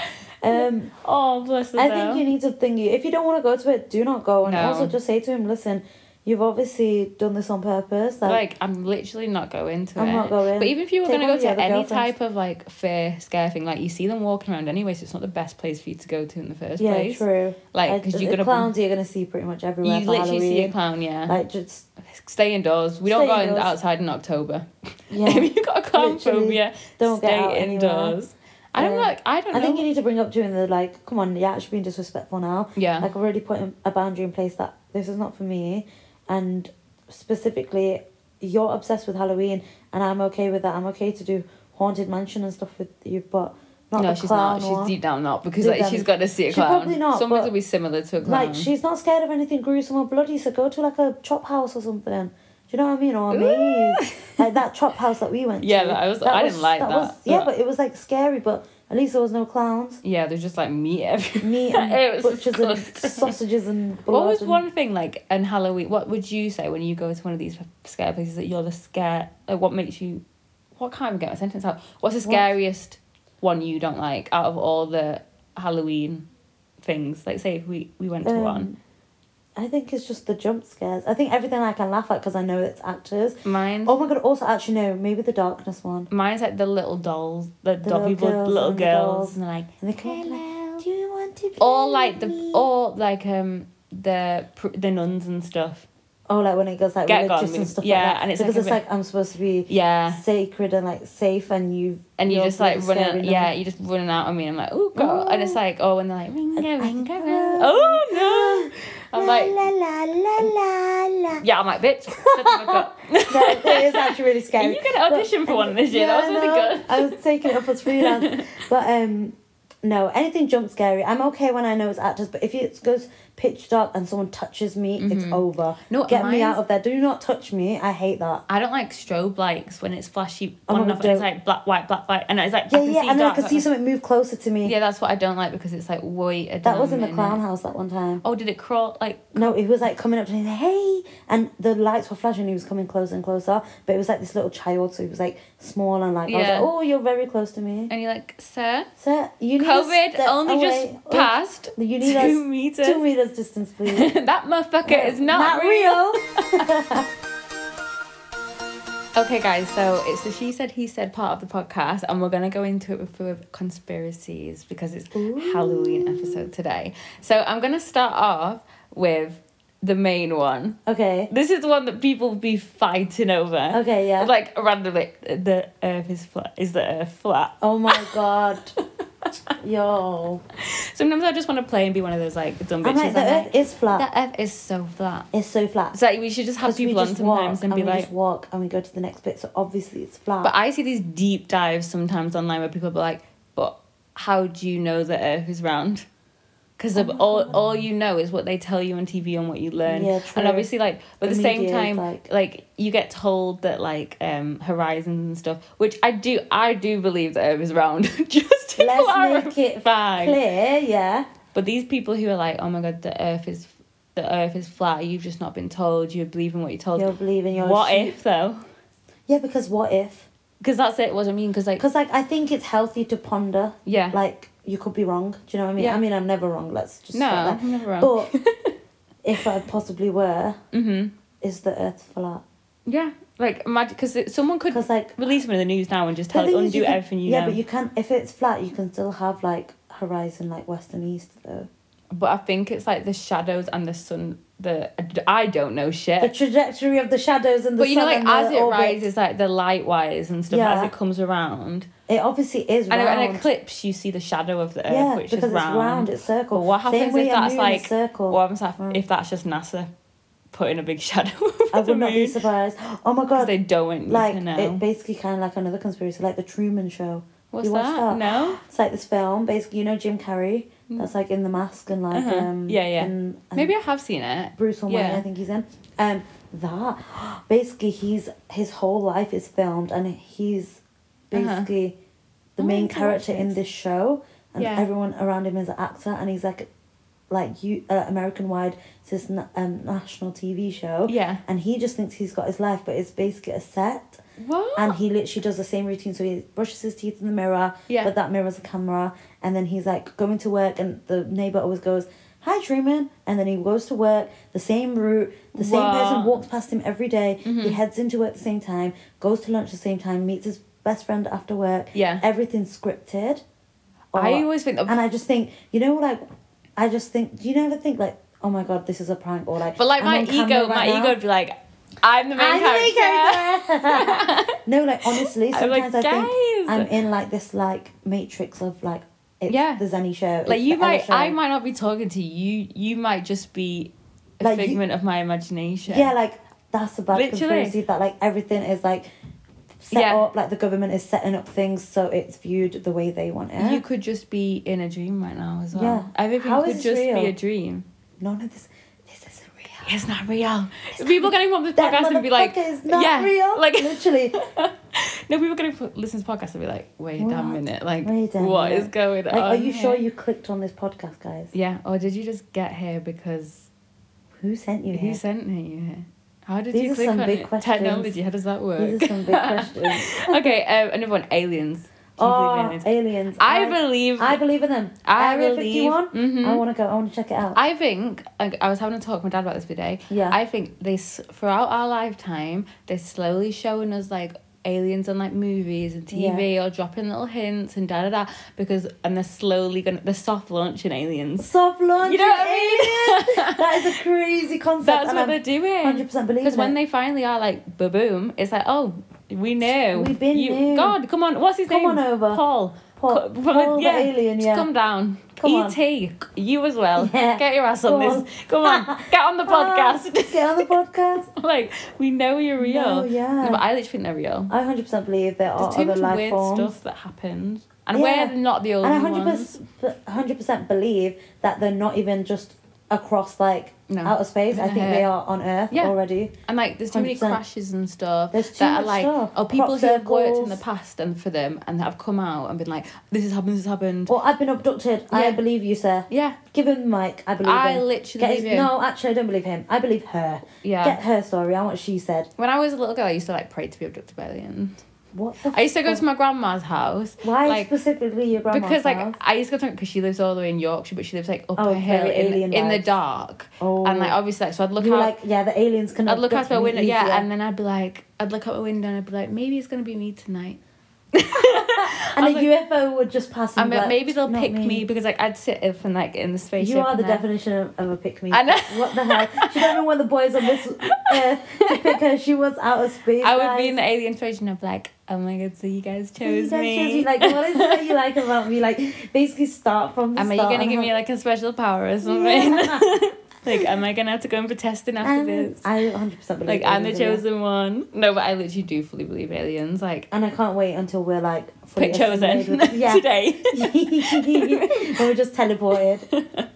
Speaker 2: Um,
Speaker 1: oh, bless the
Speaker 2: I
Speaker 1: bell.
Speaker 2: think you need to think. If you don't want to go to it, do not go. And
Speaker 1: No.
Speaker 2: also just say to him, listen, you've obviously done this on purpose. Like,
Speaker 1: like I'm literally not going to
Speaker 2: I'm
Speaker 1: it.
Speaker 2: not going.
Speaker 1: But even if you were
Speaker 2: Take
Speaker 1: going to go
Speaker 2: one of
Speaker 1: to
Speaker 2: your other
Speaker 1: any
Speaker 2: girlfriends.
Speaker 1: type of like fear, scare thing, like you see them walking around anyway, so it's not the best place for you to go to in the first
Speaker 2: yeah,
Speaker 1: place.
Speaker 2: true.
Speaker 1: Like because
Speaker 2: the
Speaker 1: you're gonna
Speaker 2: clowns you're gonna see pretty much
Speaker 1: you
Speaker 2: everywhere. for
Speaker 1: literally see a
Speaker 2: Halloween.
Speaker 1: clown. Yeah, [LAUGHS]
Speaker 2: Like just
Speaker 1: stay indoors. We don't
Speaker 2: Stay
Speaker 1: go in,
Speaker 2: indoors.
Speaker 1: outside in October. [LAUGHS]
Speaker 2: yeah.
Speaker 1: if you've got a clown
Speaker 2: Literally,
Speaker 1: phobia,
Speaker 2: don't
Speaker 1: stay
Speaker 2: get out
Speaker 1: indoors. I don't
Speaker 2: Yeah.
Speaker 1: like. I don't
Speaker 2: I
Speaker 1: know.
Speaker 2: think you need to bring up to him the like, come on, you're actually being disrespectful now.
Speaker 1: yeah.
Speaker 2: Like I've already put in- a boundary in place that this is not for me, and specifically, you're obsessed with Halloween, and I'm okay with that. I'm okay to do haunted mansion and stuff with you, but not
Speaker 1: no,
Speaker 2: the
Speaker 1: she's
Speaker 2: clown
Speaker 1: not.
Speaker 2: one.
Speaker 1: She's deep down not because
Speaker 2: Deep
Speaker 1: like
Speaker 2: down.
Speaker 1: she's got to see a
Speaker 2: She's
Speaker 1: clown.
Speaker 2: probably not,
Speaker 1: Something
Speaker 2: but-
Speaker 1: will be similar to a clown.
Speaker 2: Like she's not scared of anything gruesome or bloody, so go to like a chop house or something. Do you know what I mean? Or a
Speaker 1: Ooh. [LAUGHS]
Speaker 2: maze, like that chop house that we went
Speaker 1: Yeah,
Speaker 2: to.
Speaker 1: that- I was- I didn't like that,
Speaker 2: Was, yeah,
Speaker 1: but-
Speaker 2: but it was like scary, but at least there was no clowns.
Speaker 1: yeah, there's just like meat everywhere. [LAUGHS]
Speaker 2: Meat
Speaker 1: It
Speaker 2: and
Speaker 1: was
Speaker 2: butchers and
Speaker 1: disgusting.
Speaker 2: sausages and blood
Speaker 1: What was
Speaker 2: and-
Speaker 1: one thing like on Halloween? What would you say when you go to one of these scare places that you're the scare? Like, what makes you? What can't even get my sentence out? What's the
Speaker 2: What?
Speaker 1: scariest one you don't like out of all the Halloween things? Like, say if we we went to
Speaker 2: Um,
Speaker 1: one,
Speaker 2: I think it's just the jump scares. I think everything I can laugh at because I know it's actors.
Speaker 1: mine.
Speaker 2: Oh my god! Also, actually, no, maybe the darkness one.
Speaker 1: Mine's like the little dolls, the, doll
Speaker 2: little
Speaker 1: people,
Speaker 2: girls
Speaker 1: little
Speaker 2: and the
Speaker 1: girls,
Speaker 2: dolls.
Speaker 1: and they're like,
Speaker 2: And they come up
Speaker 1: Hello.
Speaker 2: like, "Do you want to?" Play
Speaker 1: or like
Speaker 2: with
Speaker 1: the
Speaker 2: me?"
Speaker 1: or like um the pr- the nuns and stuff.
Speaker 2: oh, like when it goes like
Speaker 1: Get
Speaker 2: religious
Speaker 1: gone,
Speaker 2: and stuff.
Speaker 1: yeah,
Speaker 2: like that.
Speaker 1: and it's like
Speaker 2: because
Speaker 1: a
Speaker 2: it's
Speaker 1: bit-
Speaker 2: like I'm supposed to be
Speaker 1: Yeah,
Speaker 2: sacred and like safe, and you
Speaker 1: and you
Speaker 2: you're
Speaker 1: just like
Speaker 2: being
Speaker 1: running,
Speaker 2: scary now.
Speaker 1: yeah, you just running out on me. And I'm like, oh god, and it's
Speaker 2: Ooh.
Speaker 1: like, oh, and they're like, ring a
Speaker 2: I- I
Speaker 1: ring a
Speaker 2: think-
Speaker 1: Oh no, I'm
Speaker 2: la,
Speaker 1: like,
Speaker 2: la la la la la.
Speaker 1: yeah, I'm like,
Speaker 2: [LAUGHS]
Speaker 1: bitch. shut the fuck up.
Speaker 2: no, that is actually really
Speaker 1: Are
Speaker 2: scary.
Speaker 1: you gonna audition for one this year? that was
Speaker 2: I
Speaker 1: really
Speaker 2: know.
Speaker 1: good.
Speaker 2: I was taking
Speaker 1: [LAUGHS]
Speaker 2: it up as freelance. but um no, anything jump scary. I'm okay when I know it's actors, but if it goes pitch dark and someone touches me, it's over.
Speaker 1: Mm-hmm. No,
Speaker 2: Get
Speaker 1: mine's-
Speaker 2: me out of there. Do not touch me. I hate that.
Speaker 1: I don't like strobe lights when it's flashy
Speaker 2: Oh
Speaker 1: on
Speaker 2: my
Speaker 1: and
Speaker 2: God,
Speaker 1: off and it's
Speaker 2: don't.
Speaker 1: like black, white, black, white, and it's like
Speaker 2: Yeah,
Speaker 1: I can
Speaker 2: yeah,
Speaker 1: see
Speaker 2: and then I
Speaker 1: dark,
Speaker 2: could
Speaker 1: dark,
Speaker 2: see
Speaker 1: dark.
Speaker 2: something move closer to me.
Speaker 1: Yeah, that's what I don't like because it's like wait. a
Speaker 2: That was in the
Speaker 1: minute.
Speaker 2: clown house that one time.
Speaker 1: Oh, did it crawl like?
Speaker 2: No, he was like coming up to me, hey, and the lights were flashing. He was coming closer and closer, but it was like this little child, so he was like small and like, I was
Speaker 1: Yeah.
Speaker 2: like, oh, you're very close to me.
Speaker 1: And you're like, sir,
Speaker 2: Sir, you need to
Speaker 1: COVID
Speaker 2: step
Speaker 1: only
Speaker 2: away.
Speaker 1: just passed
Speaker 2: Oh, You need
Speaker 1: two [LAUGHS]
Speaker 2: us
Speaker 1: meters.
Speaker 2: two meters distance,
Speaker 1: [LAUGHS]
Speaker 2: please.
Speaker 1: that motherfucker is not, real. Okay, guys, so it's the She Said, He Said part of the podcast, and we're going to go into it with, with conspiracies because it's Halloween episode today. So I'm going to start off with the main one.
Speaker 2: okay.
Speaker 1: This is the one that people be fighting over.
Speaker 2: Okay, yeah.
Speaker 1: Like, randomly, the earth is flat. Is the earth flat?
Speaker 2: Oh my
Speaker 1: [LAUGHS]
Speaker 2: god. Yo.
Speaker 1: Sometimes I just want to play and be one of those, like, dumb bitches.
Speaker 2: I'm like, the
Speaker 1: I'm
Speaker 2: earth is flat.
Speaker 1: the earth is so flat.
Speaker 2: It's so flat.
Speaker 1: So like, we should just have
Speaker 2: 'Cause we
Speaker 1: people on
Speaker 2: just
Speaker 1: sometimes
Speaker 2: walk
Speaker 1: and be
Speaker 2: we
Speaker 1: like,
Speaker 2: just walk and we go to the next bit, so obviously it's flat.
Speaker 1: But I see these deep dives sometimes online where people be like, "But how do you know the Earth is round?" Because of all all you know is what they tell you on TV and what you learn.
Speaker 2: Oh. Yeah,
Speaker 1: And
Speaker 2: true.
Speaker 1: obviously, like, but at
Speaker 2: The
Speaker 1: the same
Speaker 2: media is
Speaker 1: time, like,
Speaker 2: like-
Speaker 1: you get told that like um horizons and stuff, which I do I do believe the Earth is round. [LAUGHS] just to
Speaker 2: Let's make it
Speaker 1: clarify.
Speaker 2: clear, yeah.
Speaker 1: But these people who are like, "Oh my god, the Earth is." The Earth is flat. You've just not been told. You believe in what you're told.
Speaker 2: You're believing you're a
Speaker 1: what
Speaker 2: sheep.
Speaker 1: if though?
Speaker 2: Yeah, because what if?
Speaker 1: Because that's it. What I mean. Because like,
Speaker 2: Because like I think it's healthy to ponder.
Speaker 1: yeah,
Speaker 2: Like you could be wrong. Do you know what I mean?
Speaker 1: Yeah.
Speaker 2: I mean I'm never wrong. Let's just
Speaker 1: no,
Speaker 2: stop
Speaker 1: I'm never
Speaker 2: there.
Speaker 1: wrong. [LAUGHS]
Speaker 2: But if I possibly were,
Speaker 1: Mm-hmm.
Speaker 2: is the Earth flat?
Speaker 1: Yeah, like imagine because someone could
Speaker 2: Because like
Speaker 1: release them in the news now and just tell
Speaker 2: the thing is
Speaker 1: undo
Speaker 2: you can-
Speaker 1: everything you
Speaker 2: yeah,
Speaker 1: know. But,
Speaker 2: but you can. If it's flat, you can still have like horizon, like west and east though.
Speaker 1: I think it's like the shadows and the sun. The I don't know shit.
Speaker 2: The trajectory of the shadows and the
Speaker 1: but you know,
Speaker 2: sun
Speaker 1: like
Speaker 2: and
Speaker 1: as
Speaker 2: the
Speaker 1: it
Speaker 2: orbit,
Speaker 1: rises, like the light wires and stuff as
Speaker 2: Yeah.
Speaker 1: it comes around,
Speaker 2: it obviously is
Speaker 1: and
Speaker 2: round.
Speaker 1: an eclipse, you see the shadow of the Earth,
Speaker 2: yeah,
Speaker 1: which
Speaker 2: because
Speaker 1: is
Speaker 2: it's
Speaker 1: round.
Speaker 2: round. It's circle.
Speaker 1: But what
Speaker 2: Same
Speaker 1: happens
Speaker 2: way
Speaker 1: if
Speaker 2: a
Speaker 1: that's
Speaker 2: moon is
Speaker 1: like-
Speaker 2: circle?
Speaker 1: What happens if,
Speaker 2: Round.
Speaker 1: if that's just NASA putting a big [LAUGHS] shadow over
Speaker 2: I
Speaker 1: the
Speaker 2: would not be
Speaker 1: moon?
Speaker 2: surprised. Oh my
Speaker 1: 'Cause
Speaker 2: god!
Speaker 1: they don't want you
Speaker 2: Like
Speaker 1: to know.
Speaker 2: it basically kind of like another conspiracy, like the Truman Show.
Speaker 1: What's
Speaker 2: you watched
Speaker 1: that?
Speaker 2: that?
Speaker 1: No,
Speaker 2: It's like this film, basically you know Jim Carrey, that's like in the mask and like
Speaker 1: Hmm. Uh-huh.
Speaker 2: um
Speaker 1: Yeah, yeah.
Speaker 2: in- I
Speaker 1: maybe
Speaker 2: think
Speaker 1: I have seen it.
Speaker 2: Bruce Almighty,
Speaker 1: yeah.
Speaker 2: I think he's in. Um, that basically he's his whole life is filmed and he's
Speaker 1: Uh-huh.
Speaker 2: basically the
Speaker 1: I
Speaker 2: main
Speaker 1: need to watch
Speaker 2: character in
Speaker 1: this.
Speaker 2: this show, and
Speaker 1: Oh, Yeah.
Speaker 2: everyone around him is an actor, and he's like, like you uh, American wide it's this na- um, national TV show,
Speaker 1: Yeah.
Speaker 2: and he just thinks he's got his life, but it's basically a set.
Speaker 1: What?
Speaker 2: And he literally does the same routine. So he brushes his teeth in the mirror,
Speaker 1: Yeah.
Speaker 2: but that mirror's a camera. And then he's like going to work, and the neighbor always goes, Hi, Truman. And then he goes to work, the same route, the same person
Speaker 1: Wow. Mm-hmm.
Speaker 2: walks past him every day. He heads into work at the same time, goes to lunch at the same time, meets his best friend after work.
Speaker 1: Yeah.
Speaker 2: Everything's scripted.
Speaker 1: I
Speaker 2: Or-
Speaker 1: always think,
Speaker 2: and I just think, you know, like, I just think, do you never think, like, oh my God, this is a prank? Or like,
Speaker 1: but like
Speaker 2: "I'm
Speaker 1: my
Speaker 2: on camera
Speaker 1: ego, my
Speaker 2: right now."
Speaker 1: ego would be like, I'm the main
Speaker 2: I'm the main
Speaker 1: character. [LAUGHS]
Speaker 2: character. no, like honestly,
Speaker 1: I'm like,
Speaker 2: sometimes I think
Speaker 1: "Guys."
Speaker 2: I'm in like this like matrix of like it's
Speaker 1: Yeah.
Speaker 2: the Zenny show.
Speaker 1: Like
Speaker 2: it's
Speaker 1: you
Speaker 2: the Ella
Speaker 1: might,
Speaker 2: show.
Speaker 1: I might not be talking to you. You might just be a
Speaker 2: Like, you-
Speaker 1: figment of my imagination.
Speaker 2: Yeah, like that's a bad
Speaker 1: Literally.
Speaker 2: conspiracy that like everything is like set
Speaker 1: Yeah.
Speaker 2: up, like the government is setting up things so it's viewed the way they want it.
Speaker 1: You could just be in a dream right now as well.
Speaker 2: Yeah.
Speaker 1: Everything
Speaker 2: How
Speaker 1: could
Speaker 2: is
Speaker 1: just
Speaker 2: this
Speaker 1: be
Speaker 2: real?
Speaker 1: a dream.
Speaker 2: None of this this isn't
Speaker 1: [LAUGHS]
Speaker 2: real.
Speaker 1: It's not real. people going to come on this
Speaker 2: That
Speaker 1: podcast and be like,
Speaker 2: motherfucker is not
Speaker 1: yeah,
Speaker 2: real.
Speaker 1: [LAUGHS] like-
Speaker 2: literally.
Speaker 1: [LAUGHS] no, people going to listen to this podcast and be like, wait a
Speaker 2: What?
Speaker 1: minute, like, what
Speaker 2: Wait
Speaker 1: is
Speaker 2: a minute.
Speaker 1: going
Speaker 2: Like,
Speaker 1: on?
Speaker 2: are you
Speaker 1: here?
Speaker 2: sure you clicked on this podcast, guys?
Speaker 1: Yeah. Or did you just get here because
Speaker 2: Who sent you
Speaker 1: who
Speaker 2: here?
Speaker 1: sent you here? How did
Speaker 2: These
Speaker 1: you
Speaker 2: are
Speaker 1: click
Speaker 2: some
Speaker 1: on
Speaker 2: big
Speaker 1: it?
Speaker 2: questions.
Speaker 1: Technology. How does that work?
Speaker 2: These are
Speaker 1: [LAUGHS]
Speaker 2: some big questions.
Speaker 1: okay, um, another one. Aliens. Do you believe in
Speaker 2: Oh,
Speaker 1: aliens?
Speaker 2: aliens.
Speaker 1: I believe.
Speaker 2: I
Speaker 1: I,
Speaker 2: believe in them.
Speaker 1: I
Speaker 2: Area
Speaker 1: believe-
Speaker 2: 51.
Speaker 1: mhm.
Speaker 2: I want to go. I want to check it out.
Speaker 1: think. I, I was having a talk with my dad about this the other day.
Speaker 2: yeah.
Speaker 1: I think this throughout our lifetime, they're slowly showing us like aliens on like movies and TV or dropping little hints and da da da because and they're slowly gonna they're soft launching aliens.
Speaker 2: Soft launch.
Speaker 1: You know what I mean? [LAUGHS]
Speaker 2: that is a crazy concept.
Speaker 1: That's
Speaker 2: and
Speaker 1: what
Speaker 2: I'm
Speaker 1: they're doing.
Speaker 2: 100% believe
Speaker 1: Because
Speaker 2: in
Speaker 1: when
Speaker 2: it.
Speaker 1: they finally are like ba boom, it's like oh we knew
Speaker 2: We been
Speaker 1: you,
Speaker 2: knew.
Speaker 1: God come on what's his
Speaker 2: Come
Speaker 1: name
Speaker 2: on over.
Speaker 1: Paul
Speaker 2: Paul,
Speaker 1: Co- from the-
Speaker 2: Paul
Speaker 1: yeah,
Speaker 2: the alien,
Speaker 1: Just
Speaker 2: yeah.
Speaker 1: Come down.
Speaker 2: Come on.
Speaker 1: E.T. You as well.
Speaker 2: [LAUGHS] Yeah.
Speaker 1: Get your ass on
Speaker 2: Come
Speaker 1: this.
Speaker 2: on.
Speaker 1: Come on. Get on the podcast.
Speaker 2: [LAUGHS]
Speaker 1: [LAUGHS]
Speaker 2: Ah, get on the podcast.
Speaker 1: like, we know you're real.
Speaker 2: No, yeah.
Speaker 1: No, but I literally think they're real.
Speaker 2: I 100% believe there
Speaker 1: There's
Speaker 2: are
Speaker 1: too
Speaker 2: other
Speaker 1: much
Speaker 2: life
Speaker 1: weird
Speaker 2: forms.
Speaker 1: stuff that happens. And
Speaker 2: Yeah.
Speaker 1: we're not the only
Speaker 2: And I
Speaker 1: ones.
Speaker 2: 100%, 100% believe that they're not even just across like
Speaker 1: No.
Speaker 2: outer space. I
Speaker 1: Even
Speaker 2: think
Speaker 1: her-
Speaker 2: they are on Earth
Speaker 1: Yeah.
Speaker 2: already.
Speaker 1: And like, there's too many
Speaker 2: 100%.
Speaker 1: crashes and stuff
Speaker 2: There's too
Speaker 1: that are
Speaker 2: much
Speaker 1: like,
Speaker 2: stuff.
Speaker 1: oh, people
Speaker 2: Crop
Speaker 1: who have worked in
Speaker 2: circles.
Speaker 1: the past and for them and have come out and been like, this has happened, this has happened.
Speaker 2: Well, I've been abducted. I
Speaker 1: Yeah.
Speaker 2: believe you, sir.
Speaker 1: yeah,
Speaker 2: Give him the mic. I believe
Speaker 1: I
Speaker 2: him.
Speaker 1: literally
Speaker 2: Get his-
Speaker 1: believe him.
Speaker 2: No, actually, I don't believe him. I believe her.
Speaker 1: yeah.
Speaker 2: Get her story. I want what she said.
Speaker 1: When I was a little girl, I used to like pray to be abducted by aliens.
Speaker 2: What? The
Speaker 1: I used to go to my grandma's house.
Speaker 2: Why
Speaker 1: like,
Speaker 2: specifically your grandma's
Speaker 1: because like
Speaker 2: house?
Speaker 1: I used to go to because she lives all the way in Yorkshire, but she lives like up
Speaker 2: Oh,
Speaker 1: a hill
Speaker 2: very alien
Speaker 1: in, in the
Speaker 2: vibes.
Speaker 1: dark,
Speaker 2: Oh,
Speaker 1: and like obviously, like, so I'd look
Speaker 2: you were
Speaker 1: out.
Speaker 2: like, yeah, the aliens can.
Speaker 1: I'd look out
Speaker 2: abduct
Speaker 1: my
Speaker 2: me
Speaker 1: window, yeah,
Speaker 2: easier.
Speaker 1: and then I'd be like, I'd look out my window and I'd be like, maybe it's gonna be me tonight.
Speaker 2: and
Speaker 1: I
Speaker 2: a
Speaker 1: was
Speaker 2: UFO would just pass.
Speaker 1: I
Speaker 2: and be
Speaker 1: mean,
Speaker 2: like,
Speaker 1: maybe they'll
Speaker 2: "Not
Speaker 1: pick me. because like I'd sit up and like in the space.
Speaker 2: You are the definition of, of a pick me.
Speaker 1: I know.
Speaker 2: What the hell?
Speaker 1: [LAUGHS]
Speaker 2: She don't know when the boys on this earth to pick her. She was out of space.
Speaker 1: I would
Speaker 2: guys.
Speaker 1: be in the alien space and I'd be like, oh my god, so you guys
Speaker 2: So you
Speaker 1: chose
Speaker 2: guys
Speaker 1: me.
Speaker 2: chose me. Like, what is it that you like about me? Like, basically start from the
Speaker 1: Am [LAUGHS] I
Speaker 2: start.
Speaker 1: gonna
Speaker 2: and
Speaker 1: give
Speaker 2: have-
Speaker 1: me like a special
Speaker 2: [LAUGHS]
Speaker 1: power or something? like, am I gonna have to go in for testing [LAUGHS]
Speaker 2: [LAUGHS]
Speaker 1: after
Speaker 2: Um,
Speaker 1: this?
Speaker 2: I 100% believe
Speaker 1: Like, I'm the
Speaker 2: aliens are real.
Speaker 1: chosen one. No, but I literally do fully believe aliens. Like,
Speaker 2: And I can't wait until we're like fully
Speaker 1: put chosen [LAUGHS]
Speaker 2: assimilated with- Yeah. [LAUGHS]
Speaker 1: today.
Speaker 2: when we're just teleported.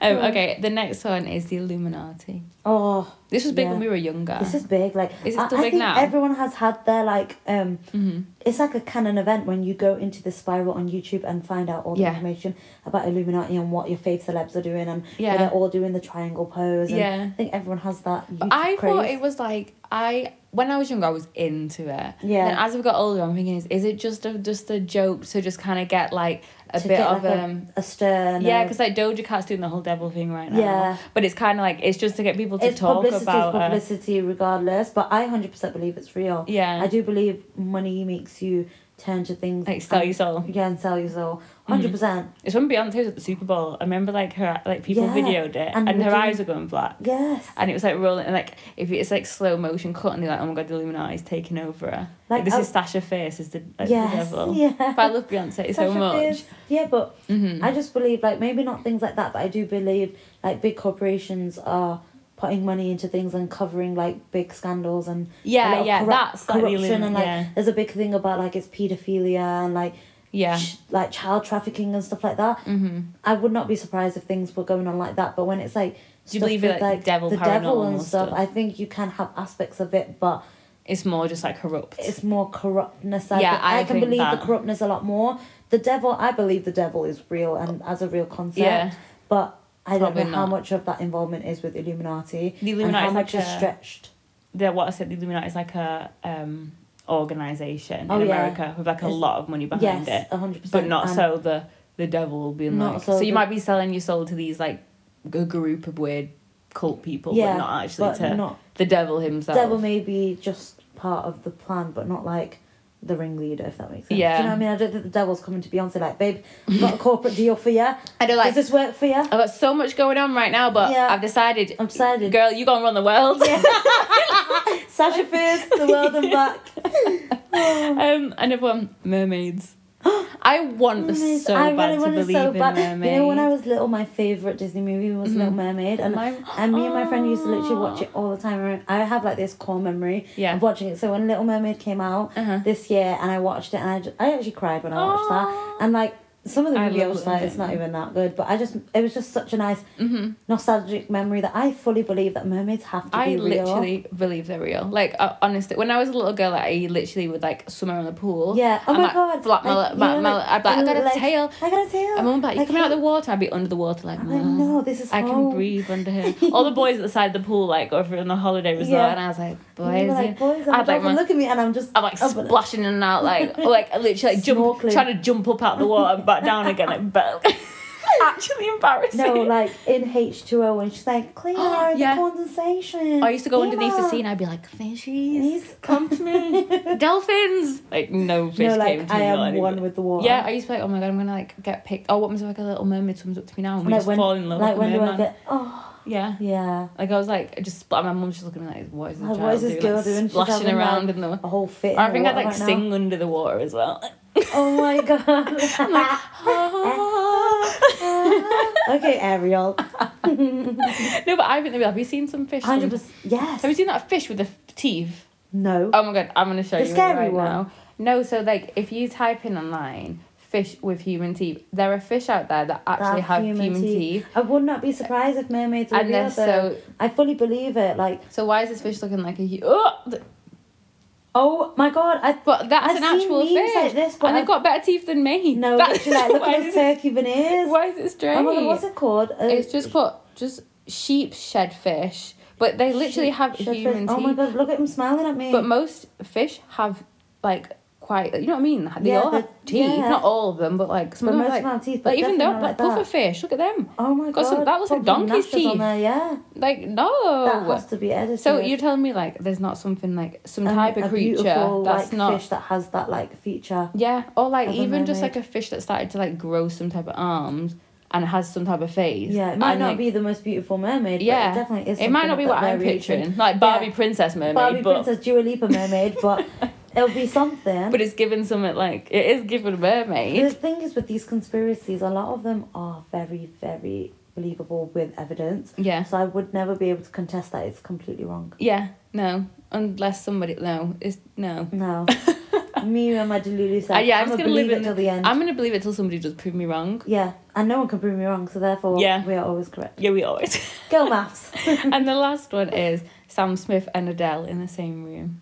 Speaker 1: Um, okay, the next one is the Illuminati.
Speaker 2: Oh,
Speaker 1: This was big
Speaker 2: Yeah.
Speaker 1: when we were younger.
Speaker 2: this is big. Like,
Speaker 1: Is it
Speaker 2: I-
Speaker 1: still
Speaker 2: I,
Speaker 1: big
Speaker 2: think
Speaker 1: now?
Speaker 2: Everyone has had their like. um
Speaker 1: hmm
Speaker 2: It's like a canon event when you go into the spiral on YouTube and find out all the
Speaker 1: Yeah.
Speaker 2: information about Illuminati and what your faith celebs are doing and
Speaker 1: Yeah.
Speaker 2: yeah. they're all doing the triangle pose. And
Speaker 1: Yeah.
Speaker 2: I think everyone has that. YouTube
Speaker 1: But I
Speaker 2: craze.
Speaker 1: thought it was like I when I was younger I was into it.
Speaker 2: Yeah.
Speaker 1: And as I've got older, I'm thinking is is it just a just a joke to just kind of get like a
Speaker 2: To
Speaker 1: bit
Speaker 2: get,
Speaker 1: of
Speaker 2: like, a-
Speaker 1: um.
Speaker 2: a stern.
Speaker 1: Yeah, because like Doja Cat's doing the whole devil thing right now.
Speaker 2: Yeah.
Speaker 1: But it's kind of like it's just to get people to
Speaker 2: it's
Speaker 1: talk
Speaker 2: publicity,
Speaker 1: about.
Speaker 2: is
Speaker 1: uh,
Speaker 2: publicity, regardless. But I hundred percent believe it's real.
Speaker 1: Yeah.
Speaker 2: I do believe money makes you turn to things
Speaker 1: like sell
Speaker 2: and-
Speaker 1: your soul.
Speaker 2: Yeah, and sell your soul.
Speaker 1: Mm.
Speaker 2: 100 percent.
Speaker 1: It's when Beyonce was at the Super Bowl. I remember like her like people
Speaker 2: Yeah,
Speaker 1: videoed it
Speaker 2: and
Speaker 1: and, her
Speaker 2: looking-
Speaker 1: eyes were going black.
Speaker 2: Yes.
Speaker 1: And it was like rolling, and like if it's like slow motion cut, and they're like, "Oh my god, the Illuminati's taking over her." Like,
Speaker 2: Like,
Speaker 1: this
Speaker 2: I-
Speaker 1: is Sasha Fierce is the, like, the
Speaker 2: yes.
Speaker 1: devil.
Speaker 2: [LAUGHS] Yeah.
Speaker 1: But I love Beyonce so
Speaker 2: Sasha
Speaker 1: much.
Speaker 2: Fierce. Yeah, but
Speaker 1: Mhm.
Speaker 2: I just believe like maybe not things like that, but I do believe like big corporations are putting money into things and covering like big scandals and a lot
Speaker 1: Yeah,
Speaker 2: of
Speaker 1: yeah,
Speaker 2: corrup-
Speaker 1: that's like the
Speaker 2: corruption
Speaker 1: Illumi-
Speaker 2: and like
Speaker 1: yeah,
Speaker 2: there's a big thing about like it's pedophilia and like
Speaker 1: yeah.
Speaker 2: ch- like child trafficking and stuff like that.
Speaker 1: Mm-hmm.
Speaker 2: I would not be surprised if things were going on like that. But when it's like
Speaker 1: Do you
Speaker 2: stuff
Speaker 1: believe in
Speaker 2: with,
Speaker 1: like, devil
Speaker 2: the devil and
Speaker 1: paranormal
Speaker 2: stuff,
Speaker 1: stuff?
Speaker 2: I think you can have aspects of it, but
Speaker 1: It's more just like corrupt.
Speaker 2: it's more corruptness. I,
Speaker 1: Yeah,
Speaker 2: think-
Speaker 1: I
Speaker 2: I can
Speaker 1: think
Speaker 2: believe
Speaker 1: that.
Speaker 2: the corruptness a lot more. The devil, I believe the devil is real and as a real concept,
Speaker 1: yeah,
Speaker 2: but I don't
Speaker 1: Probably
Speaker 2: know how
Speaker 1: not.
Speaker 2: much of that involvement is with Illuminati.
Speaker 1: the
Speaker 2: and
Speaker 1: Illuminati
Speaker 2: how
Speaker 1: is
Speaker 2: much
Speaker 1: like
Speaker 2: is
Speaker 1: a,
Speaker 2: stretched.
Speaker 1: the what I said. The Illuminati is like a um organization
Speaker 2: Oh,
Speaker 1: in
Speaker 2: yeah.
Speaker 1: America with like a
Speaker 2: It's-
Speaker 1: lot of money behind
Speaker 2: Yes,
Speaker 1: it,
Speaker 2: a hundred percent.
Speaker 1: but not
Speaker 2: and-
Speaker 1: so the the devil will be in
Speaker 2: um, Not
Speaker 1: like.
Speaker 2: so
Speaker 1: So, you
Speaker 2: the-
Speaker 1: might be selling your soul to these like a group of weird cult people,
Speaker 2: Yeah,
Speaker 1: but not actually
Speaker 2: but
Speaker 1: to
Speaker 2: not
Speaker 1: the devil himself.
Speaker 2: devil may be just part of the plan, but not like the ringleader, if that makes sense. Do
Speaker 1: Yeah.
Speaker 2: you know what I mean? I don't think the devil's coming to Beyonce like, babe, I've got a corporate deal for you.
Speaker 1: I don't [LAUGHS]
Speaker 2: Does
Speaker 1: like.
Speaker 2: this work for
Speaker 1: [LAUGHS]
Speaker 2: you?
Speaker 1: I've got so much going on right now, but
Speaker 2: Yeah.
Speaker 1: I've decided,
Speaker 2: I've decided.
Speaker 1: girl, you gonna run the world.
Speaker 2: Sasha Fierce, the world and back.
Speaker 1: [LAUGHS] Um, another one,
Speaker 2: [GASPS]
Speaker 1: mermaids. I want
Speaker 2: Mermaids.
Speaker 1: so bad to
Speaker 2: wanted
Speaker 1: believe in Mm-hmm. mermaids.
Speaker 2: You know, when I was little, my favorite Disney movie was Little Mermaid, and
Speaker 1: My-
Speaker 2: and me and my friend used to literally watch it all the time. I I have like this core memory
Speaker 1: Oh. Yeah.
Speaker 2: of watching it. So when Little Mermaid came out
Speaker 1: Uh-huh.
Speaker 2: this year, and I watched it, and I, ju- I actually cried when I watched
Speaker 1: Aw. [GASPS]
Speaker 2: that, and like. Some of the
Speaker 1: Oh. I
Speaker 2: movie I,
Speaker 1: love
Speaker 2: was
Speaker 1: Little
Speaker 2: like, it's not
Speaker 1: Mermaid.
Speaker 2: even that good, but I just, it was just such a nice
Speaker 1: hmm
Speaker 2: nostalgic memory that I fully believe that mermaids have to
Speaker 1: I
Speaker 2: be real.
Speaker 1: literally believe they're real. Like uh, honestly, when I was a little girl, like, I literally would like swim around the pool.
Speaker 2: Yeah. Oh
Speaker 1: and,
Speaker 2: my
Speaker 1: like,
Speaker 2: god.
Speaker 1: Flap my,
Speaker 2: Like,
Speaker 1: my,
Speaker 2: you know,
Speaker 1: my,
Speaker 2: like,
Speaker 1: I'd be like, I
Speaker 2: the
Speaker 1: got a
Speaker 2: legs-
Speaker 1: tail.
Speaker 2: I got a tail.
Speaker 1: My mum would be like, you
Speaker 2: Like,
Speaker 1: coming out
Speaker 2: hey-
Speaker 1: of the water? I'd be under the water like,
Speaker 2: I
Speaker 1: "Mum,
Speaker 2: know this is
Speaker 1: I can
Speaker 2: home."
Speaker 1: breathe under
Speaker 2: [LAUGHS]
Speaker 1: here. All the boys at the side of the pool, like over on a holiday resort,
Speaker 2: Yeah.
Speaker 1: and I was like,
Speaker 2: And you
Speaker 1: boys,
Speaker 2: were
Speaker 1: yeah."
Speaker 2: like, boys, I'm
Speaker 1: I'd like
Speaker 2: like,
Speaker 1: Ah, my-
Speaker 2: look at me, and I'm just.
Speaker 1: I'm like
Speaker 2: Oh, but-
Speaker 1: splashing in and out,
Speaker 2: [LAUGHS]
Speaker 1: like like literally like jump,
Speaker 2: Snorkeling.
Speaker 1: trying to jump up out the water and back down again. Like, but
Speaker 2: [LAUGHS]
Speaker 1: actually embarrassing.
Speaker 2: No, like in H two O, and she's like, clear the
Speaker 1: [GASPS] Yeah.
Speaker 2: condensation.
Speaker 1: I used to go underneath the
Speaker 2: Emma."
Speaker 1: sea and I'd be like, fishies,
Speaker 2: Please.
Speaker 1: [LAUGHS]
Speaker 2: [LAUGHS]
Speaker 1: come to me, dolphins. Like no fish
Speaker 2: No,
Speaker 1: came
Speaker 2: like
Speaker 1: to
Speaker 2: I
Speaker 1: me.
Speaker 2: am
Speaker 1: or anything.
Speaker 2: one with the water.
Speaker 1: Yeah, I used to be like, oh my god, I'm gonna like get picked. Oh, what happens if like a little mermaid swims up to me now and we
Speaker 2: like
Speaker 1: just
Speaker 2: when,
Speaker 1: fall in love?
Speaker 2: like
Speaker 1: like
Speaker 2: when
Speaker 1: a
Speaker 2: do I
Speaker 1: merman?
Speaker 2: get? Oh,
Speaker 1: Yeah.
Speaker 2: yeah.
Speaker 1: Like I was like, I just and my mum's just looking at me like, what is this
Speaker 2: Like,
Speaker 1: child
Speaker 2: what is this
Speaker 1: doing?
Speaker 2: girl
Speaker 1: Like,
Speaker 2: doing? She's
Speaker 1: Splashing
Speaker 2: having,
Speaker 1: around in the.
Speaker 2: A whole fit. in
Speaker 1: I
Speaker 2: the
Speaker 1: think I'd
Speaker 2: water
Speaker 1: like
Speaker 2: right now.
Speaker 1: sing under the water as
Speaker 2: [LAUGHS]
Speaker 1: well.
Speaker 2: Oh
Speaker 1: [LAUGHS]
Speaker 2: my god. [LAUGHS] Ah. okay,
Speaker 1: [LAUGHS]
Speaker 2: Ariel.
Speaker 1: No, but I think they'd be like, have you seen some fish? swim?
Speaker 2: Hundred percent. Yes.
Speaker 1: Have you seen that fish with the f- teeth?
Speaker 2: No.
Speaker 1: Oh my god, I'm gonna show
Speaker 2: The
Speaker 1: you
Speaker 2: scary
Speaker 1: right
Speaker 2: one.
Speaker 1: now. No, so like if you type in online fish with human teeth. There are fish out there that actually have, human, teeth.
Speaker 2: I would not be surprised if mermaids were
Speaker 1: And
Speaker 2: real,
Speaker 1: they're so
Speaker 2: but I fully believe it. Like,
Speaker 1: so. Why is this fish looking like a hu- oh, th-
Speaker 2: oh my god, I
Speaker 1: But that's an
Speaker 2: I've seen
Speaker 1: actual
Speaker 2: memes
Speaker 1: fish,
Speaker 2: like this, but
Speaker 1: and
Speaker 2: I've-
Speaker 1: they've got better teeth than me.
Speaker 2: no,
Speaker 1: that's
Speaker 2: literally, like,
Speaker 1: [LAUGHS]
Speaker 2: look
Speaker 1: why
Speaker 2: at
Speaker 1: is
Speaker 2: his
Speaker 1: it,
Speaker 2: turkey veneers.
Speaker 1: why is it strange?
Speaker 2: Oh my god, what's it called? Uh,
Speaker 1: It's just put just sheep shed fish, but they literally
Speaker 2: sh-
Speaker 1: have
Speaker 2: shepherd-
Speaker 1: human
Speaker 2: Oh
Speaker 1: teeth.
Speaker 2: my god, look at him smiling at me.
Speaker 1: But most fish have like quite you know what I mean. They
Speaker 2: Yeah,
Speaker 1: all have
Speaker 2: but-
Speaker 1: teeth,
Speaker 2: yeah.
Speaker 1: not all of them, but like some
Speaker 2: But
Speaker 1: of
Speaker 2: most
Speaker 1: them. have,
Speaker 2: of
Speaker 1: Like,
Speaker 2: our teeth, but
Speaker 1: like even though
Speaker 2: definitely
Speaker 1: like,
Speaker 2: not like that.
Speaker 1: pufferfish, look at them.
Speaker 2: Oh my god,
Speaker 1: Got some- that was like
Speaker 2: probably
Speaker 1: donkey's
Speaker 2: nasties on
Speaker 1: teeth.
Speaker 2: there, yeah,
Speaker 1: Like no.
Speaker 2: that has to be edited.
Speaker 1: So you're telling me like there's not something like some
Speaker 2: Um,
Speaker 1: type of
Speaker 2: a
Speaker 1: creature
Speaker 2: beautiful,
Speaker 1: that's
Speaker 2: like,
Speaker 1: not
Speaker 2: fish that has that like feature.
Speaker 1: yeah or like
Speaker 2: of a
Speaker 1: even just
Speaker 2: mermaid.
Speaker 1: like a fish that started to like grow some type of arms and has some type of face.
Speaker 2: Yeah, it might
Speaker 1: And,
Speaker 2: not
Speaker 1: like,
Speaker 2: be the most beautiful mermaid.
Speaker 1: Yeah,
Speaker 2: but it definitely is.
Speaker 1: It might
Speaker 2: something
Speaker 1: not be
Speaker 2: of
Speaker 1: what
Speaker 2: that
Speaker 1: I'm
Speaker 2: variation.
Speaker 1: picturing, like Barbie
Speaker 2: Yeah.
Speaker 1: princess mermaid,
Speaker 2: Barbie
Speaker 1: but
Speaker 2: Princess Dua Lipa mermaid,
Speaker 1: [LAUGHS]
Speaker 2: but it'll be something.
Speaker 1: but it's given something like it is given
Speaker 2: the
Speaker 1: mermaid.
Speaker 2: thing is with these conspiracies, a lot of them are very, very believable with evidence.
Speaker 1: Yeah.
Speaker 2: So I would never be able to contest that it's completely wrong.
Speaker 1: Yeah, no. Unless somebody no, it's no. [LAUGHS]
Speaker 2: No, me and my delulu
Speaker 1: Uh,
Speaker 2: said,
Speaker 1: yeah, I'm
Speaker 2: I'm,
Speaker 1: just
Speaker 2: gonna
Speaker 1: gonna live
Speaker 2: believe it
Speaker 1: in-
Speaker 2: till the end.
Speaker 1: I'm gonna believe it till somebody does prove me wrong.
Speaker 2: Yeah, and no one can prove me wrong, so therefore
Speaker 1: Yeah.
Speaker 2: we are [LAUGHS] always correct.
Speaker 1: Yeah, we always.
Speaker 2: Girl maths.
Speaker 1: and the last one is Sam Smith and Adele in the same room.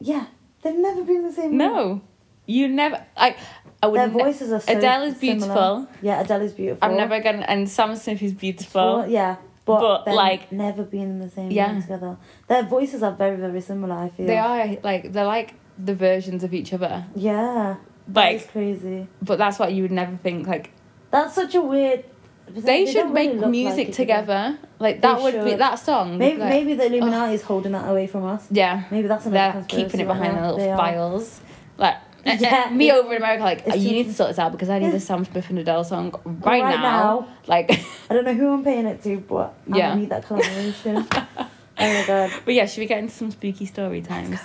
Speaker 2: yeah, they've never been the same. room.
Speaker 1: No, you never. I. I would.
Speaker 2: Mm. their
Speaker 1: ne-
Speaker 2: voices are so
Speaker 1: Adele is
Speaker 2: similar.
Speaker 1: beautiful.
Speaker 2: Yeah, Adele is beautiful.
Speaker 1: I'm never gonna. And Sam Smith is beautiful.
Speaker 2: Well, yeah, but,
Speaker 1: But,
Speaker 2: then
Speaker 1: like-
Speaker 2: never being in the same
Speaker 1: Yeah.
Speaker 2: room together. Their voices are very very similar. I feel
Speaker 1: They are like they're like the versions of each other.
Speaker 2: Yeah, it's
Speaker 1: Like,
Speaker 2: crazy.
Speaker 1: but that's what you would never think. Like
Speaker 2: That's such a weird. because
Speaker 1: they
Speaker 2: don't
Speaker 1: should
Speaker 2: really
Speaker 1: make
Speaker 2: look like
Speaker 1: music
Speaker 2: each other.
Speaker 1: together. Like
Speaker 2: They
Speaker 1: that would be
Speaker 2: should.
Speaker 1: that song.
Speaker 2: Maybe
Speaker 1: like-
Speaker 2: maybe the Illuminati is holding that away from us.
Speaker 1: Yeah,
Speaker 2: Maybe that's another
Speaker 1: they're keeping
Speaker 2: conspiracy
Speaker 1: it
Speaker 2: right
Speaker 1: behind
Speaker 2: now.
Speaker 1: their
Speaker 2: They
Speaker 1: little
Speaker 2: are.
Speaker 1: files. Like eh, eh,
Speaker 2: [LAUGHS] Yeah,
Speaker 1: [LAUGHS] me
Speaker 2: it's-
Speaker 1: over in America, like
Speaker 2: it's
Speaker 1: you
Speaker 2: too-
Speaker 1: need to sort this out because I need
Speaker 2: Yeah.
Speaker 1: a Sam Smith and Adele song right,
Speaker 2: Right
Speaker 1: now.
Speaker 2: now.
Speaker 1: Like, [LAUGHS]
Speaker 2: I don't know who I'm paying it to, but
Speaker 1: Yeah.
Speaker 2: I need that collaboration.
Speaker 1: [LAUGHS]
Speaker 2: oh my god.
Speaker 1: but yeah, should we get into some spooky story times?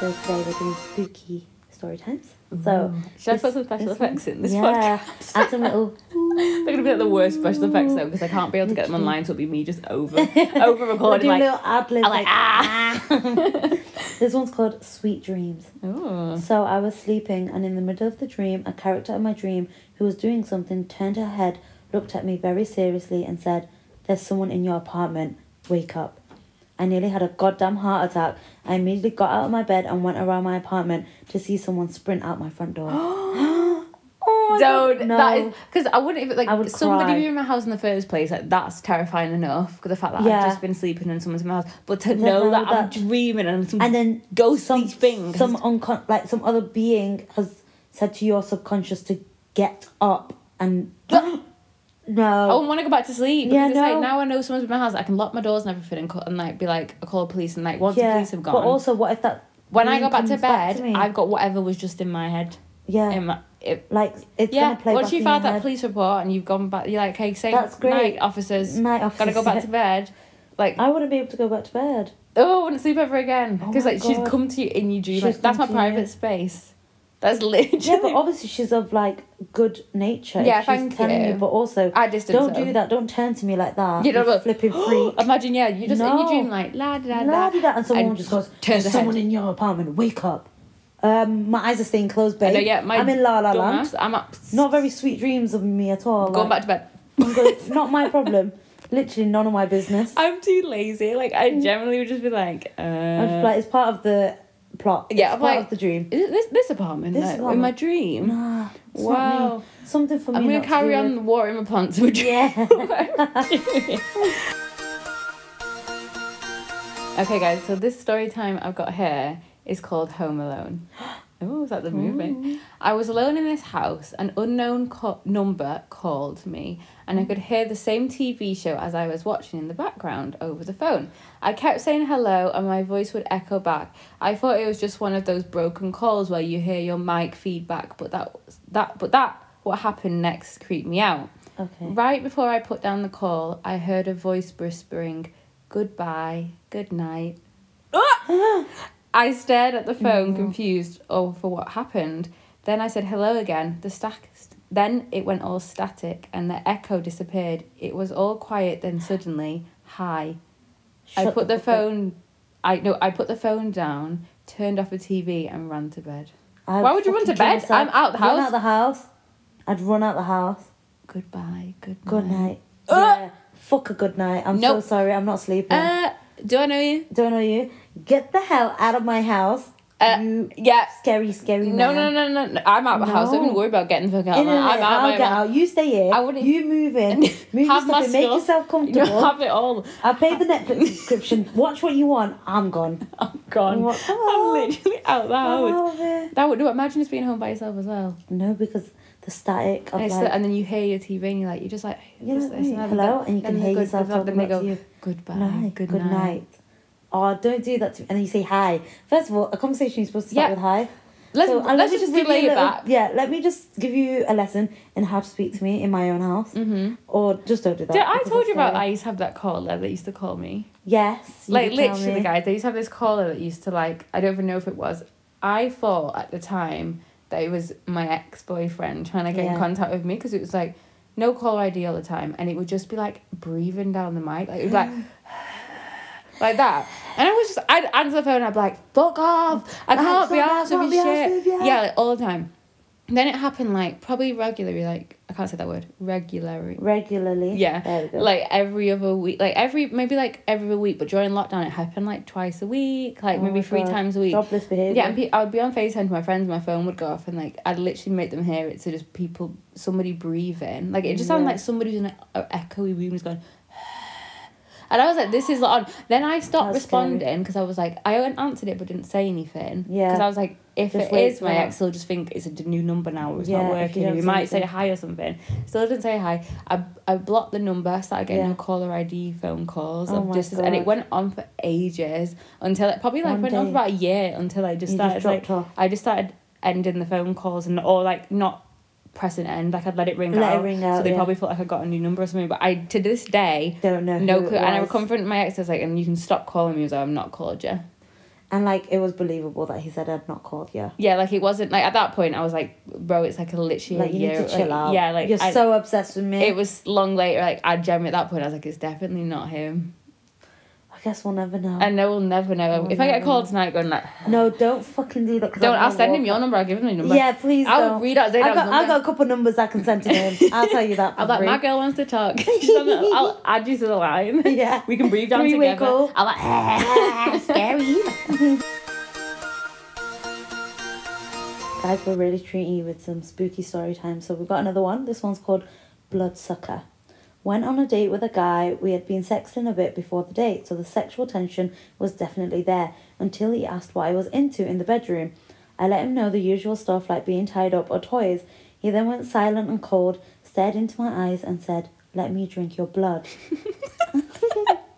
Speaker 2: So today we're doing spooky story times. So
Speaker 1: Should I
Speaker 2: this-
Speaker 1: put some special
Speaker 2: this
Speaker 1: effects in this
Speaker 2: yeah,
Speaker 1: podcast?
Speaker 2: add some little.
Speaker 1: [LAUGHS] They're gonna be like the worst special effects though because I can't be able to get them
Speaker 2: Literally.
Speaker 1: online, so it'll be me just
Speaker 2: [LAUGHS]
Speaker 1: over over
Speaker 2: We'll
Speaker 1: recording
Speaker 2: do
Speaker 1: like.
Speaker 2: little ad libs.
Speaker 1: I'm like
Speaker 2: like,
Speaker 1: ah.
Speaker 2: [LAUGHS] This one's called Sweet Dreams.
Speaker 1: [LAUGHS]
Speaker 2: [GASPS]
Speaker 1: Ooh. [GASPS]
Speaker 2: So I was sleeping, and in the middle of the dream, a character in my dream who was doing something turned her head, looked at me very seriously, and said, There's someone in your apartment. Wake up. I nearly had a goddamn heart attack. I immediately got out of my bed and went around my apartment to see someone sprint out my front door.
Speaker 1: [GASPS]
Speaker 2: [GASPS] oh
Speaker 1: Don't.
Speaker 2: No.
Speaker 1: That is because I wouldn't even like
Speaker 2: I would
Speaker 1: somebody
Speaker 2: cry.
Speaker 1: being in my house in the first place. Like that's terrifying enough. For the fact that
Speaker 2: Yeah.
Speaker 1: I've just been sleeping and someone's in my house, but to
Speaker 2: No,
Speaker 1: know
Speaker 2: no,
Speaker 1: that,
Speaker 2: that-
Speaker 1: I'm dreaming and some
Speaker 2: and then
Speaker 1: ghostly
Speaker 2: some
Speaker 1: thing. has-
Speaker 2: some uncon- like some other being has said to your subconscious to get up and
Speaker 1: [GASPS]
Speaker 2: [GASPS] no.
Speaker 1: I wouldn't want to go back to sleep.
Speaker 2: Yeah,
Speaker 1: because it's
Speaker 2: no.
Speaker 1: like now I know someone's in my house. I can lock my doors and everything and, call, and like be like I call the police and like once the police have gone.
Speaker 2: But also, what if that
Speaker 1: when I
Speaker 2: being
Speaker 1: go back to
Speaker 2: comes back
Speaker 1: bed,
Speaker 2: to me?
Speaker 1: I've got whatever was just in my head.
Speaker 2: yeah,
Speaker 1: In my, it,
Speaker 2: like it's
Speaker 1: yeah.
Speaker 2: gonna play
Speaker 1: Once
Speaker 2: back
Speaker 1: you
Speaker 2: in your
Speaker 1: found that
Speaker 2: head.
Speaker 1: police report and you've gone back, you're like, hey, say
Speaker 2: That's great.
Speaker 1: night, officers.
Speaker 2: night after
Speaker 1: Gotta go back to bed. Like
Speaker 2: I wouldn't be able to go back
Speaker 1: [LAUGHS]
Speaker 2: to bed.
Speaker 1: Oh, I wouldn't sleep ever again.
Speaker 2: Oh
Speaker 1: Because
Speaker 2: my
Speaker 1: like she'd
Speaker 2: God.
Speaker 1: come to you in your dream.
Speaker 2: She's
Speaker 1: Like, that's my
Speaker 2: come to you.
Speaker 1: private space. That's [LAUGHS] literally.
Speaker 2: Yeah, but obviously she's of like good nature. if
Speaker 1: Yeah,
Speaker 2: she's
Speaker 1: thank
Speaker 2: telling
Speaker 1: you.
Speaker 2: you. But also,
Speaker 1: I distance.
Speaker 2: don't do that. Don't turn to me like that.
Speaker 1: You know, but-
Speaker 2: flipping
Speaker 1: [GASPS]
Speaker 2: freak.
Speaker 1: Imagine, yeah, you just in your
Speaker 2: No.
Speaker 1: dream like la da da
Speaker 2: La
Speaker 1: da.
Speaker 2: di da, and someone
Speaker 1: And
Speaker 2: just goes,
Speaker 1: turns
Speaker 2: "There's
Speaker 1: her
Speaker 2: someone
Speaker 1: head.
Speaker 2: in your apartment. Wake up." Um, my eyes are staying closed,
Speaker 1: I
Speaker 2: babe.
Speaker 1: know, yeah, my
Speaker 2: I'm in La La Land.
Speaker 1: dumbass, I'm up.
Speaker 2: Not very sweet dreams of me at all.
Speaker 1: going
Speaker 2: like,
Speaker 1: back to bed.
Speaker 2: I'm
Speaker 1: [LAUGHS]
Speaker 2: going, not my problem. Literally, none of my business.
Speaker 1: I'm too lazy. Like I generally would just be like, uh,
Speaker 2: Mm. I'm just like it's part of the plot.
Speaker 1: Yeah,
Speaker 2: it's
Speaker 1: I'm
Speaker 2: part
Speaker 1: like-
Speaker 2: of the dream.
Speaker 1: is it this this apartment?
Speaker 2: This
Speaker 1: like, in
Speaker 2: apartment.
Speaker 1: my dream.
Speaker 2: Nah, it's
Speaker 1: [SIGHS]
Speaker 2: not
Speaker 1: wow.
Speaker 2: me. Something for me.
Speaker 1: I'm gonna
Speaker 2: not to
Speaker 1: carry
Speaker 2: do
Speaker 1: on [LAUGHS]
Speaker 2: with-
Speaker 1: watering my plants. Which [LAUGHS]
Speaker 2: Yeah.
Speaker 1: okay, guys. So this story time I've got here is called Home Alone. Oh, is that the movie? I was alone in this house. An unknown co- number called me, and I could hear the same TV show as I was watching in the background over the phone. I kept saying hello, and my voice would echo back. I thought it was just one of those broken calls where you hear your mic feedback, but that that but that what happened next creeped me out.
Speaker 2: [LAUGHS] Okay.
Speaker 1: Right before I put down the call, I heard a voice whispering, Goodbye, good
Speaker 2: [GASPS]
Speaker 1: night. Ah! I stared at the
Speaker 2: Mm.
Speaker 1: phone, confused over what happened. Then I said hello again. The stack. Then it went all static and the echo disappeared. It was all quiet. Then suddenly, hi. I
Speaker 2: Shut
Speaker 1: put the
Speaker 2: fuck up.
Speaker 1: phone. I no. I put the phone down, turned off the TV and ran to bed.
Speaker 2: I'd
Speaker 1: Why would you run
Speaker 2: fucking
Speaker 1: to
Speaker 2: kill
Speaker 1: bed? I'm out the
Speaker 2: Run
Speaker 1: house.
Speaker 2: out the house. I'd run out the house.
Speaker 1: Goodbye. Good night.
Speaker 2: Good night.
Speaker 1: Ugh.
Speaker 2: Yeah. Fuck a good night. I'm
Speaker 1: Mm. Uh. Nope.
Speaker 2: so sorry. I'm not sleeping.
Speaker 1: Uh, do I know you?
Speaker 2: Don't know you. Get the hell out of my house.
Speaker 1: Uh,
Speaker 2: you
Speaker 1: yeah.
Speaker 2: scary, scary
Speaker 1: No,
Speaker 2: man.
Speaker 1: no, no, no, no. I'm out of the house. Don't even
Speaker 2: No.
Speaker 1: worry about getting the fuck out.
Speaker 2: In
Speaker 1: of my- I'm
Speaker 2: and out,
Speaker 1: out
Speaker 2: I'll
Speaker 1: of
Speaker 2: get
Speaker 1: my house.
Speaker 2: out. You stay here.
Speaker 1: I wouldn't-
Speaker 2: You
Speaker 1: [LAUGHS]
Speaker 2: move in. Move your
Speaker 1: Have my
Speaker 2: stuff in. Make
Speaker 1: stuff. [LAUGHS]
Speaker 2: yourself
Speaker 1: You
Speaker 2: comfortable.
Speaker 1: have it all.
Speaker 2: I paid the
Speaker 1: [LAUGHS]
Speaker 2: Netflix subscription. Watch what you want. I'm gone.
Speaker 1: I'm gone.
Speaker 2: What-
Speaker 1: Oh, I'm literally out of the
Speaker 2: I'm
Speaker 1: house.
Speaker 2: out of here.
Speaker 1: That would do. Imagine just being home by yourself as well.
Speaker 2: No, because the static of
Speaker 1: And, it's
Speaker 2: like.
Speaker 1: the- and then you hear your TV and you're like, you're just like,
Speaker 2: Yeah,
Speaker 1: what's this?
Speaker 2: right.
Speaker 1: then
Speaker 2: Hello?
Speaker 1: they-
Speaker 2: And you
Speaker 1: then
Speaker 2: can hear
Speaker 1: they go-
Speaker 2: yourself
Speaker 1: then they go,
Speaker 2: talking back to you.
Speaker 1: Goodbye.
Speaker 2: night.
Speaker 1: Good,
Speaker 2: Good night. Oh, don't do that to me. And then you say hi. First of all, a conversation is supposed to start
Speaker 1: Yeah.
Speaker 2: with hi.
Speaker 1: Let's,
Speaker 2: So, I'm
Speaker 1: let's
Speaker 2: gonna
Speaker 1: just
Speaker 2: give you a
Speaker 1: relay it
Speaker 2: little-
Speaker 1: back.
Speaker 2: [LAUGHS] Yeah, let me just give you a lesson in how to speak to me in my own house. Mm-hmm. Or just don't do that.
Speaker 1: Yeah, Mm. I
Speaker 2: because
Speaker 1: told
Speaker 2: that's
Speaker 1: you about
Speaker 2: scary.
Speaker 1: I used to have that caller that used to call me.
Speaker 2: Yes. you
Speaker 1: like
Speaker 2: did tell
Speaker 1: literally,
Speaker 2: me.
Speaker 1: guys, they used to have this caller that used to like. I don't even know if it was. I thought at the time that it was my ex boyfriend trying to get in
Speaker 2: Yeah.
Speaker 1: contact with me because it was like no caller ID all the time, and it would just be like breathing down the mic, like it would be like. [SIGHS] Like that, and I was just I'd answer the phone. and I'd be like, "Fuck off! I
Speaker 2: Like,
Speaker 1: can't be
Speaker 2: fuck
Speaker 1: asked
Speaker 2: off,
Speaker 1: with
Speaker 2: can't
Speaker 1: your
Speaker 2: be arsed
Speaker 1: shit."
Speaker 2: with ya.
Speaker 1: Yeah, like, all the time. Then it happened like probably regularly, like I can't say that word regularly,
Speaker 2: Regularly.
Speaker 1: yeah.
Speaker 2: There we go.
Speaker 1: Like every other week, like every maybe like every other week, but during lockdown it happened like twice a week, like
Speaker 2: Oh
Speaker 1: maybe
Speaker 2: my
Speaker 1: three
Speaker 2: God.
Speaker 1: times a week.
Speaker 2: Jobless behaviour.
Speaker 1: Yeah, and pe- I would be on FaceTime to my friends, my phone would go off, and like I'd literally make them hear it. So just people, somebody breathing, like it just sounded
Speaker 2: Yeah.
Speaker 1: like somebody was in an echoey room was going. [SIGHS] And I was like, this is on. Then I stopped
Speaker 2: That's scary.
Speaker 1: responding because I was like, I answered it but didn't say anything.
Speaker 2: Yeah.
Speaker 1: Because I was like, if
Speaker 2: Just
Speaker 1: it
Speaker 2: wait
Speaker 1: is
Speaker 2: for
Speaker 1: my
Speaker 2: that.
Speaker 1: ex, they'll just think it's a d- new number now or it's
Speaker 2: Yeah,
Speaker 1: not
Speaker 2: if
Speaker 1: working.
Speaker 2: you don't
Speaker 1: You
Speaker 2: say
Speaker 1: might say
Speaker 2: anything.
Speaker 1: hi or something. Still didn't say hi. I I blocked the number, started getting
Speaker 2: Yeah.
Speaker 1: no caller ID phone calls
Speaker 2: Oh
Speaker 1: of
Speaker 2: my
Speaker 1: just and it
Speaker 2: God.
Speaker 1: went on for ages until it probably like
Speaker 2: One
Speaker 1: went on
Speaker 2: day.
Speaker 1: for about a year until I just
Speaker 2: You just
Speaker 1: started like
Speaker 2: dropped off.
Speaker 1: I just started ending the phone calls and or like not pressing end like I'd let it ring
Speaker 2: Let it
Speaker 1: out.
Speaker 2: ring
Speaker 1: so
Speaker 2: out,
Speaker 1: they
Speaker 2: yeah.
Speaker 1: probably thought like I got a new number or something. But I to this day
Speaker 2: Don't know.
Speaker 1: no
Speaker 2: who it
Speaker 1: clue. And I
Speaker 2: was.
Speaker 1: confronted my ex. I was like, and you can stop calling me. I was like, I'm not called you.
Speaker 2: And like it was believable that he said I'd not called you.
Speaker 1: Yeah, like it wasn't like at that point I was like, bro, it's like a literally
Speaker 2: Like
Speaker 1: a
Speaker 2: you
Speaker 1: year.
Speaker 2: need to chill
Speaker 1: like,
Speaker 2: out.
Speaker 1: Yeah, like
Speaker 2: you're
Speaker 1: I-
Speaker 2: so obsessed with me.
Speaker 1: it was long later. Like I gem at that point, I was like, it's definitely not him,
Speaker 2: I guess we'll never know.
Speaker 1: and no, we'll never know.
Speaker 2: We'll
Speaker 1: if I get a
Speaker 2: Oh. never
Speaker 1: call
Speaker 2: know.
Speaker 1: tonight, going like,
Speaker 2: no, don't fucking do that. 'cause
Speaker 1: don't.
Speaker 2: I'm
Speaker 1: I'll
Speaker 2: gonna
Speaker 1: send him
Speaker 2: walk
Speaker 1: your
Speaker 2: up.
Speaker 1: number. I'll give him your number.
Speaker 2: Yeah, please.
Speaker 1: I'll
Speaker 2: don't.
Speaker 1: read out
Speaker 2: I
Speaker 1: Zainab's
Speaker 2: got, I
Speaker 1: number.
Speaker 2: got a couple numbers I can send to him. I'll tell
Speaker 1: [LAUGHS]
Speaker 2: you that. For
Speaker 1: I'm like,
Speaker 2: free.
Speaker 1: my girl wants to talk. [LAUGHS] She's on the, I'll add you to the line.
Speaker 2: [LAUGHS] Yeah.
Speaker 1: we can breathe down
Speaker 2: Three-way
Speaker 1: together.
Speaker 2: call.
Speaker 1: I'm like, [LAUGHS]
Speaker 2: [LAUGHS] scary. Guys, we're really treating you with some spooky story time. So we've got another one. This one's called Bloodsucker. Went on a date with a guy. We had been sexting a bit before the date, so the sexual tension was definitely there until he asked what I was into in the bedroom. I let him know the usual stuff like being tied up or toys. He then went silent and cold, stared into my eyes, and said, Let me drink your blood. [LAUGHS]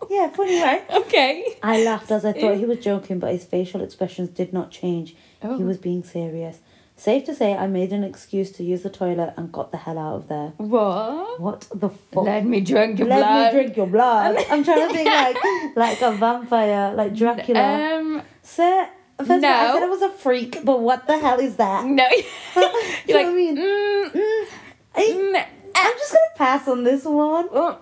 Speaker 2: yeah, funny, right?
Speaker 1: okay.
Speaker 2: I laughed as I thought he was joking, but his facial expressions did not change.
Speaker 1: Oh.
Speaker 2: He was being serious. Safe to say, I made an excuse to use the toilet and got the hell out of there.
Speaker 1: What?
Speaker 2: What the fuck?
Speaker 1: Let me drink your
Speaker 2: Let
Speaker 1: blood.
Speaker 2: me drink your blood. I'm trying to think like
Speaker 1: [LAUGHS]
Speaker 2: like a vampire, like Dracula.
Speaker 1: Um,
Speaker 2: Sir, first of all, I
Speaker 1: no.
Speaker 2: said I was a freak, but what the hell is
Speaker 1: [LAUGHS] [LAUGHS]
Speaker 2: that?
Speaker 1: no.
Speaker 2: Do you know
Speaker 1: You're
Speaker 2: what I
Speaker 1: like,
Speaker 2: mean?
Speaker 1: mm, mm,
Speaker 2: I, I'm just gonna pass on this one.
Speaker 1: oh.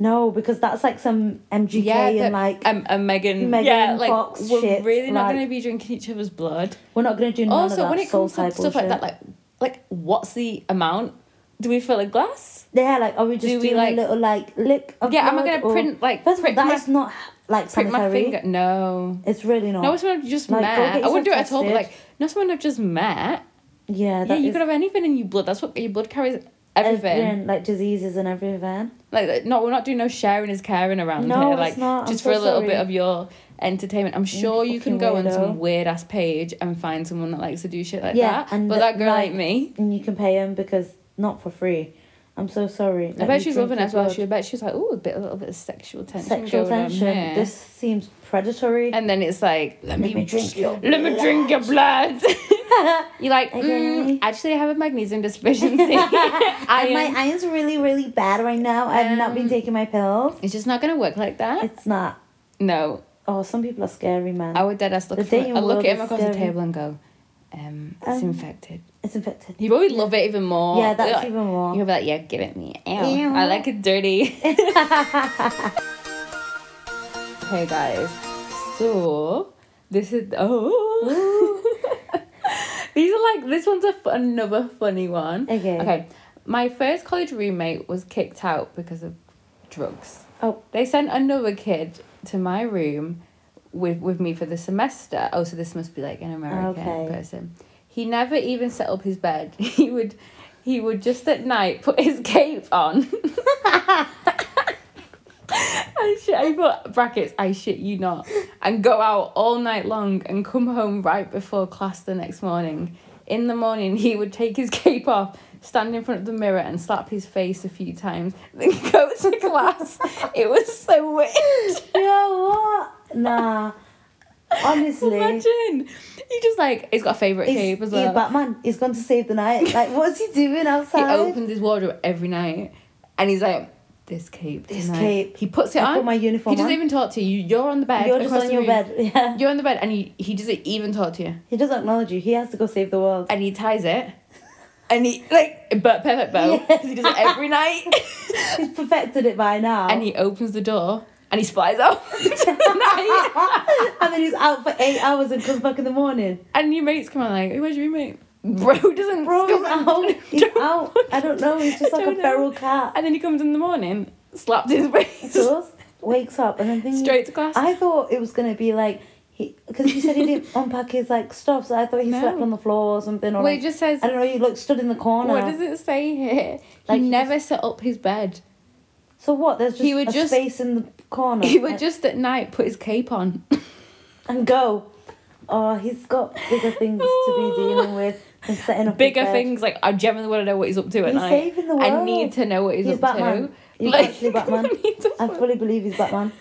Speaker 2: No, because that's like some MGK
Speaker 1: but-
Speaker 2: and like
Speaker 1: um, a Megan,
Speaker 2: Megan
Speaker 1: yeah, like
Speaker 2: Fox
Speaker 1: we're
Speaker 2: shit,
Speaker 1: really not
Speaker 2: like-
Speaker 1: going to be drinking each other's blood.
Speaker 2: we're not gonna do none of
Speaker 1: also,
Speaker 2: that
Speaker 1: when it
Speaker 2: soul
Speaker 1: comes to
Speaker 2: type
Speaker 1: stuff like
Speaker 2: bullshit.
Speaker 1: that, like like what's the amount? Do we fill a glass?
Speaker 2: Yeah, like are we just
Speaker 1: Do we,
Speaker 2: doing
Speaker 1: like-
Speaker 2: a little like lick? Of
Speaker 1: Yeah, am I
Speaker 2: blood
Speaker 1: gonna
Speaker 2: or-
Speaker 1: print like
Speaker 2: First of all,
Speaker 1: prick
Speaker 2: that is
Speaker 1: my,
Speaker 2: not like
Speaker 1: prick my
Speaker 2: sanitary.
Speaker 1: finger? No,
Speaker 2: It's really not.
Speaker 1: no, it's when I've just
Speaker 2: Like, go
Speaker 1: met.
Speaker 2: get
Speaker 1: I wouldn't do it
Speaker 2: yourself
Speaker 1: at all. But
Speaker 2: tested.
Speaker 1: like, not someone I've just met.
Speaker 2: yeah,
Speaker 1: yeah,
Speaker 2: that
Speaker 1: you
Speaker 2: is
Speaker 1: could have anything in your blood. That's what your blood carries. Everything.
Speaker 2: everything, like diseases and everything.
Speaker 1: like no, we're not doing no sharing is caring around
Speaker 2: No,
Speaker 1: here.
Speaker 2: it's
Speaker 1: Um, Like
Speaker 2: not. I'm
Speaker 1: just
Speaker 2: so
Speaker 1: for a little
Speaker 2: sorry.
Speaker 1: bit of your entertainment. I'm sure you can
Speaker 2: fucking
Speaker 1: go on
Speaker 2: weirdo.
Speaker 1: some weird ass page and find someone that likes to do shit like
Speaker 2: Yeah,
Speaker 1: that.
Speaker 2: and
Speaker 1: but that girl
Speaker 2: like-
Speaker 1: ain't me.
Speaker 2: And you can pay him because not for free. I'm so sorry.
Speaker 1: I
Speaker 2: Like,
Speaker 1: bet
Speaker 2: you
Speaker 1: she's
Speaker 2: drink
Speaker 1: loving it
Speaker 2: your
Speaker 1: as well.
Speaker 2: blood.
Speaker 1: She I bet she's like, oh, a bit, a little bit of sexual tension.
Speaker 2: Sexual
Speaker 1: going on
Speaker 2: tension.
Speaker 1: here."
Speaker 2: This seems predatory.
Speaker 1: And then it's like, let, me,
Speaker 2: me drink your
Speaker 1: let me drink your blood. [LAUGHS] You're like,
Speaker 2: I
Speaker 1: mm,
Speaker 2: agree.
Speaker 1: actually, I have a magnesium
Speaker 2: [LAUGHS]
Speaker 1: deficiency. I
Speaker 2: and
Speaker 1: am-
Speaker 2: my iron's really, really bad right now. I've not been
Speaker 1: Um,
Speaker 2: taking my pills.
Speaker 1: It's just not gonna work like that.
Speaker 2: It's not.
Speaker 1: no,
Speaker 2: Oh, some people are scary, man.
Speaker 1: I would dead ass look.
Speaker 2: The
Speaker 1: at him-
Speaker 2: dating
Speaker 1: I'd look
Speaker 2: world
Speaker 1: at him
Speaker 2: is
Speaker 1: across the
Speaker 2: scary.
Speaker 1: table and go, um, it's
Speaker 2: Um,
Speaker 1: infected.
Speaker 2: It's infected.
Speaker 1: You probably love it even more.
Speaker 2: Yeah, that's
Speaker 1: Like,
Speaker 2: even more.
Speaker 1: You'll be like, yeah, give it me. Ew.
Speaker 2: Ew.
Speaker 1: I like it dirty. hey guys, so this is oh [LAUGHS] These are like this one's a f- another funny one.
Speaker 2: Okay.
Speaker 1: Okay, my first college roommate was kicked out because of drugs.
Speaker 2: Oh.
Speaker 1: They sent another kid to my room with with me for the semester. Oh, so this must be like an American
Speaker 2: Okay.
Speaker 1: person. He never even set up his bed. [LAUGHS] He would he would just at night put his [LAUGHS] cape on. I shit, I put brackets, I shit you not, and go out all night long and come home right before class the next morning. In the morning, he would take his [LAUGHS] cape off, stand in front of the mirror, and slap his face a few times, [LAUGHS] then go to class. it was so weird.
Speaker 2: [LAUGHS] You know what? Nah.
Speaker 1: [LAUGHS]
Speaker 2: Honestly.
Speaker 1: Imagine. He just like, he's got a favourite
Speaker 2: he's-
Speaker 1: cape as
Speaker 2: he's
Speaker 1: well.
Speaker 2: Batman. He's gone to save the night. Like, what's he doing
Speaker 1: He
Speaker 2: outside?
Speaker 1: opens his wardrobe every night and he's like, this cape.
Speaker 2: This
Speaker 1: tonight."
Speaker 2: cape.
Speaker 1: He puts it
Speaker 2: I
Speaker 1: on.
Speaker 2: put my uniform
Speaker 1: He doesn't
Speaker 2: on.
Speaker 1: even talk to you. You're on the bed.
Speaker 2: You're just
Speaker 1: across
Speaker 2: on
Speaker 1: the
Speaker 2: your
Speaker 1: room.
Speaker 2: bed. [LAUGHS] Yeah.
Speaker 1: You're on the bed and he, he doesn't even talk to you.
Speaker 2: He doesn't acknowledge you. He has to go save the world.
Speaker 1: And he ties it. And he,
Speaker 2: [LAUGHS]
Speaker 1: like, but perfect bow. 'cause He does it [LAUGHS] every night.
Speaker 2: He's perfected it by now. [LAUGHS]
Speaker 1: and he [LAUGHS] opens the door and he spies out [LAUGHS] into the night.
Speaker 2: and then he's out for eight hours and comes back in the morning.
Speaker 1: And your mates come on, like, "Hey, where's your roommate? Bro doesn't
Speaker 2: Bro, he's
Speaker 1: come [LAUGHS]
Speaker 2: out. He's
Speaker 1: Don't-
Speaker 2: out. I don't know. He's just like a
Speaker 1: Don't know.
Speaker 2: feral cat.
Speaker 1: And then he comes in the morning, slapped
Speaker 2: [LAUGHS]
Speaker 1: his face,
Speaker 2: Goes, wakes up, and then thinks,
Speaker 1: straight to class.
Speaker 2: I thought it was gonna be like he because you said he didn't [LAUGHS] unpack his like stuff, so I thought he
Speaker 1: No.
Speaker 2: slept on the floor or something. Or
Speaker 1: well, it
Speaker 2: like-
Speaker 1: just says,
Speaker 2: I don't know. He like stood in the corner.
Speaker 1: what does it say here?
Speaker 2: Like,
Speaker 1: he
Speaker 2: he
Speaker 1: never set up his bed.
Speaker 2: So what? There's just
Speaker 1: He would
Speaker 2: a
Speaker 1: just-
Speaker 2: space in the corner.
Speaker 1: He would
Speaker 2: and-
Speaker 1: just at night put his cape on.
Speaker 2: and go. Oh, he's got bigger things to
Speaker 1: [LAUGHS]
Speaker 2: be dealing with than setting up. his
Speaker 1: Bigger
Speaker 2: bed.
Speaker 1: things like I generally want to know what he's up to at
Speaker 2: He's
Speaker 1: night.
Speaker 2: saving the
Speaker 1: I
Speaker 2: world.
Speaker 1: need to know what he's,
Speaker 2: He's
Speaker 1: up
Speaker 2: Batman.
Speaker 1: to. [LAUGHS]
Speaker 2: He's actually Batman.
Speaker 1: I need to-
Speaker 2: I fully believe he's Batman.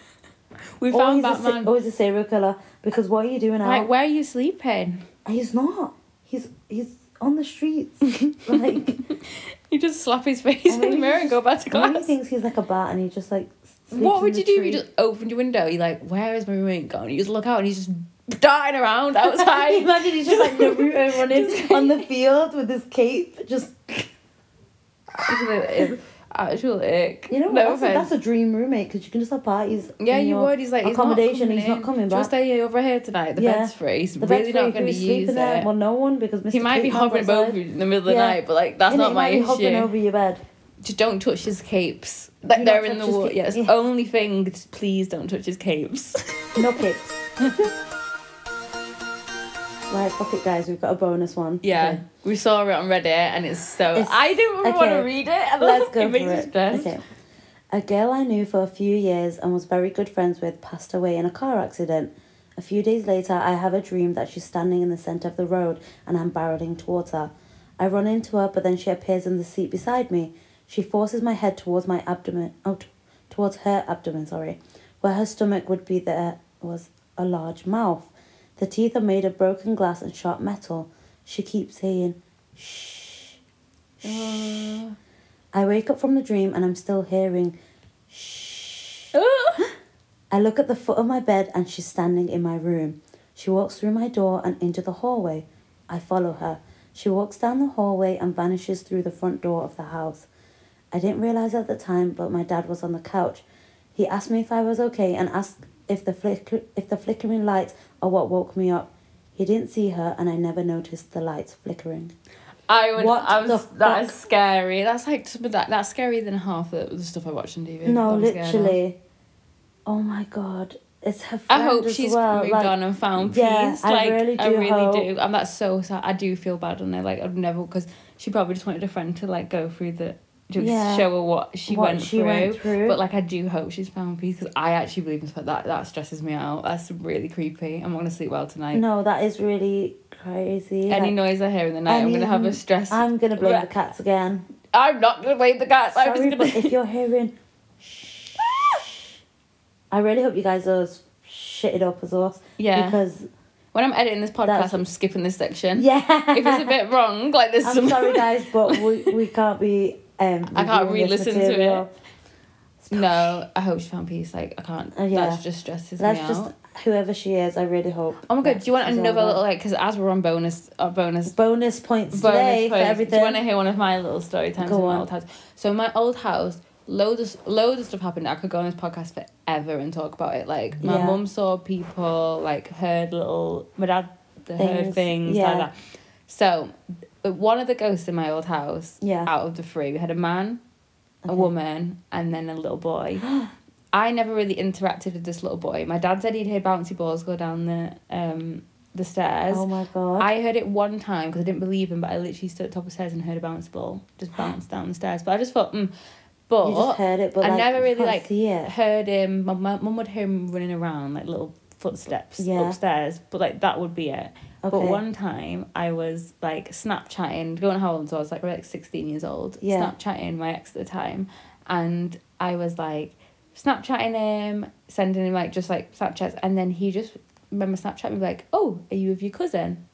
Speaker 1: we
Speaker 2: Or
Speaker 1: found
Speaker 2: he's A,
Speaker 1: Batman.
Speaker 2: se- or he's a serial killer. Because what are you doing out?
Speaker 1: Like, where are you sleeping?
Speaker 2: He's not. He's he's on
Speaker 1: [LAUGHS]
Speaker 2: the streets. like
Speaker 1: You just slap his face
Speaker 2: And
Speaker 1: in the
Speaker 2: maybe
Speaker 1: mirror
Speaker 2: he
Speaker 1: and go back to
Speaker 2: maybe he
Speaker 1: class.
Speaker 2: thinks he's like a bat and he just like. sleeps
Speaker 1: What
Speaker 2: in
Speaker 1: would
Speaker 2: the
Speaker 1: you do if
Speaker 2: tree.
Speaker 1: you just opened your window? You're like, where is my roommate gone? You just look out and he's just darting
Speaker 2: [LAUGHS]
Speaker 1: around outside.
Speaker 2: Imagine he's just like
Speaker 1: [LAUGHS]
Speaker 2: Naruto running on the field with his cape. Just
Speaker 1: actual ick. Actual ick.
Speaker 2: you know,
Speaker 1: No
Speaker 2: what? that's, a, that's
Speaker 1: offense.
Speaker 2: a dream roommate because you can just have parties.
Speaker 1: yeah,
Speaker 2: in
Speaker 1: you
Speaker 2: your
Speaker 1: would. He's like, he's
Speaker 2: accommodation.
Speaker 1: Not
Speaker 2: he's not
Speaker 1: in.
Speaker 2: coming
Speaker 1: Do you
Speaker 2: back.
Speaker 1: wanna stay over here tonight. The
Speaker 2: Yeah.
Speaker 1: bed's free. He's
Speaker 2: The bed's
Speaker 1: really
Speaker 2: free,
Speaker 1: not
Speaker 2: can
Speaker 1: going
Speaker 2: we
Speaker 1: to
Speaker 2: sleep
Speaker 1: use
Speaker 2: in there?
Speaker 1: it.
Speaker 2: Well, no one because Mr.
Speaker 1: he might be
Speaker 2: Cape's
Speaker 1: hovering
Speaker 2: outside.
Speaker 1: above you in the middle of the
Speaker 2: Yeah.
Speaker 1: night, but like that's
Speaker 2: Innit?
Speaker 1: not
Speaker 2: He
Speaker 1: my
Speaker 2: might be hovering
Speaker 1: issue.
Speaker 2: over your bed.
Speaker 1: Just don't touch his capes.
Speaker 2: Do
Speaker 1: Like
Speaker 2: not
Speaker 1: they're in
Speaker 2: touch
Speaker 1: the
Speaker 2: his
Speaker 1: water.
Speaker 2: cape.
Speaker 1: Yes,
Speaker 2: Yeah.
Speaker 1: only thing. just Please don't touch his capes.
Speaker 2: No
Speaker 1: [LAUGHS]
Speaker 2: capes. right, fuck it, guys. We've got a bonus one.
Speaker 1: Yeah,
Speaker 2: Okay.
Speaker 1: we saw it on Reddit, and it's so.
Speaker 2: It's-
Speaker 1: I didn't
Speaker 2: okay.
Speaker 1: want to read it. [LAUGHS] and
Speaker 2: Let's go
Speaker 1: it makes
Speaker 2: for
Speaker 1: me
Speaker 2: it.
Speaker 1: stressed.
Speaker 2: Okay. A girl I knew for a few years and was very good friends with passed away in a car accident. A few days later, I have a dream that she's standing in the center of the road and I'm barreling towards her. I run into her, but then she appears in the seat beside me. She forces my head towards my abdomen, oh, t- towards her abdomen, sorry, where her stomach would be. There was a large mouth. The teeth are made of broken glass and sharp metal. She keeps saying, "Shh, shh." I wake up from the dream and I'm still hearing.
Speaker 1: Oh,
Speaker 2: I look at the foot of my bed and she's standing in my room. She walks through my door and into the hallway. I follow her. She walks down the hallway and vanishes through the front door of the house. I didn't realize at the time, but my dad was on the couch. He asked me if I was okay and asked if the flicker, if the flickering lights are what woke me up. He didn't see her and I never noticed the lights flickering.
Speaker 1: [LAUGHS] I would.
Speaker 2: What
Speaker 1: I was.
Speaker 2: the
Speaker 1: That
Speaker 2: fuck?
Speaker 1: is scary. That's like some of that. That's scarier than half of the stuff I watch on TV.
Speaker 2: No,
Speaker 1: I'm scared of.
Speaker 2: literally. Oh my god. It's her friend
Speaker 1: I hope
Speaker 2: as
Speaker 1: she's
Speaker 2: well.
Speaker 1: moved
Speaker 2: like,
Speaker 1: on and found peace.
Speaker 2: yeah, I
Speaker 1: like
Speaker 2: really
Speaker 1: I
Speaker 2: do
Speaker 1: really
Speaker 2: hope-
Speaker 1: do. And that's so sad. I do feel bad on her. Like I'd never because she probably just wanted a friend to like go through the to
Speaker 2: Yeah.
Speaker 1: show her what she
Speaker 2: what
Speaker 1: went
Speaker 2: she
Speaker 1: through.
Speaker 2: went through.
Speaker 1: But like I do hope she's found peace because I actually believe in that. That stresses me out. That's really creepy. I'm not gonna sleep well tonight.
Speaker 2: No, that is really crazy.
Speaker 1: Any
Speaker 2: like,
Speaker 1: noise I hear in the night, I'm
Speaker 2: any-
Speaker 1: gonna have a stress. I'm,
Speaker 2: I'm gonna blame
Speaker 1: Right.
Speaker 2: the
Speaker 1: [LAUGHS]
Speaker 2: cats again.
Speaker 1: not gonna blame the cats. I'm
Speaker 2: Sorry,
Speaker 1: just
Speaker 2: but
Speaker 1: gonna.
Speaker 2: if you're hearing, I really hope you guys are as shitted up as us.
Speaker 1: [LAUGHS] Yeah. [LAUGHS]
Speaker 2: Because
Speaker 1: When I'm editing this podcast,
Speaker 2: That's-
Speaker 1: I'm skipping this section.
Speaker 2: yeah,
Speaker 1: If it's a bit wrong, like there's
Speaker 2: [LAUGHS] I'm
Speaker 1: some. [LAUGHS]
Speaker 2: sorry, guys, but we we can't be. Um,
Speaker 1: I can't
Speaker 2: reviewing this
Speaker 1: re-listen to
Speaker 2: material.
Speaker 1: it. No, I hope she found peace. Like I can't.
Speaker 2: Oh, yeah.
Speaker 1: That's just stresses
Speaker 2: That's
Speaker 1: me
Speaker 2: just
Speaker 1: out.
Speaker 2: whoever she is. I really hope.
Speaker 1: Oh my god!
Speaker 2: that
Speaker 1: Do you want
Speaker 2: she's
Speaker 1: another
Speaker 2: over.
Speaker 1: little like? Because as we're on bonus, our bonus.
Speaker 2: bonus points today
Speaker 1: Bonus
Speaker 2: for
Speaker 1: points.
Speaker 2: everything?
Speaker 1: Do you want to hear one of my little story times
Speaker 2: Go
Speaker 1: in my
Speaker 2: on.
Speaker 1: old house? So in my old house, loads of loads of stuff happened. I could go on this podcast forever and talk about it. Like my
Speaker 2: Yeah.
Speaker 1: mum saw people, like heard little. My dad the herd
Speaker 2: Things,
Speaker 1: things
Speaker 2: yeah.
Speaker 1: like that. So, but one of the ghosts in my old house,
Speaker 2: Yeah.
Speaker 1: out of the three, we had a man, a
Speaker 2: Okay.
Speaker 1: woman, and then a little
Speaker 2: [GASPS]
Speaker 1: boy. I never really interacted with this little boy. My dad said he'd hear bouncy balls go down the um the stairs.
Speaker 2: Oh my god.
Speaker 1: I heard it one time because I didn't believe him, but I literally stood at the top of the stairs and heard a bounce ball just bounce down the stairs. But I just thought, mm. but
Speaker 2: you just heard it, but
Speaker 1: I
Speaker 2: like,
Speaker 1: never
Speaker 2: you
Speaker 1: really,
Speaker 2: can't
Speaker 1: like,
Speaker 2: see it.
Speaker 1: heard him. My my mum would hear him running around like little footsteps
Speaker 2: Yeah.
Speaker 1: upstairs, but like that would be it. But
Speaker 2: Okay.
Speaker 1: one time I was like Snapchatting, going how old was I? I was like, like sixteen years old.
Speaker 2: Yeah.
Speaker 1: Snapchatting my ex at the time, and I was like Snapchatting him, sending him like just like Snapchats, and then he just remember Snapchat me like, "Oh, are you with your cousin?"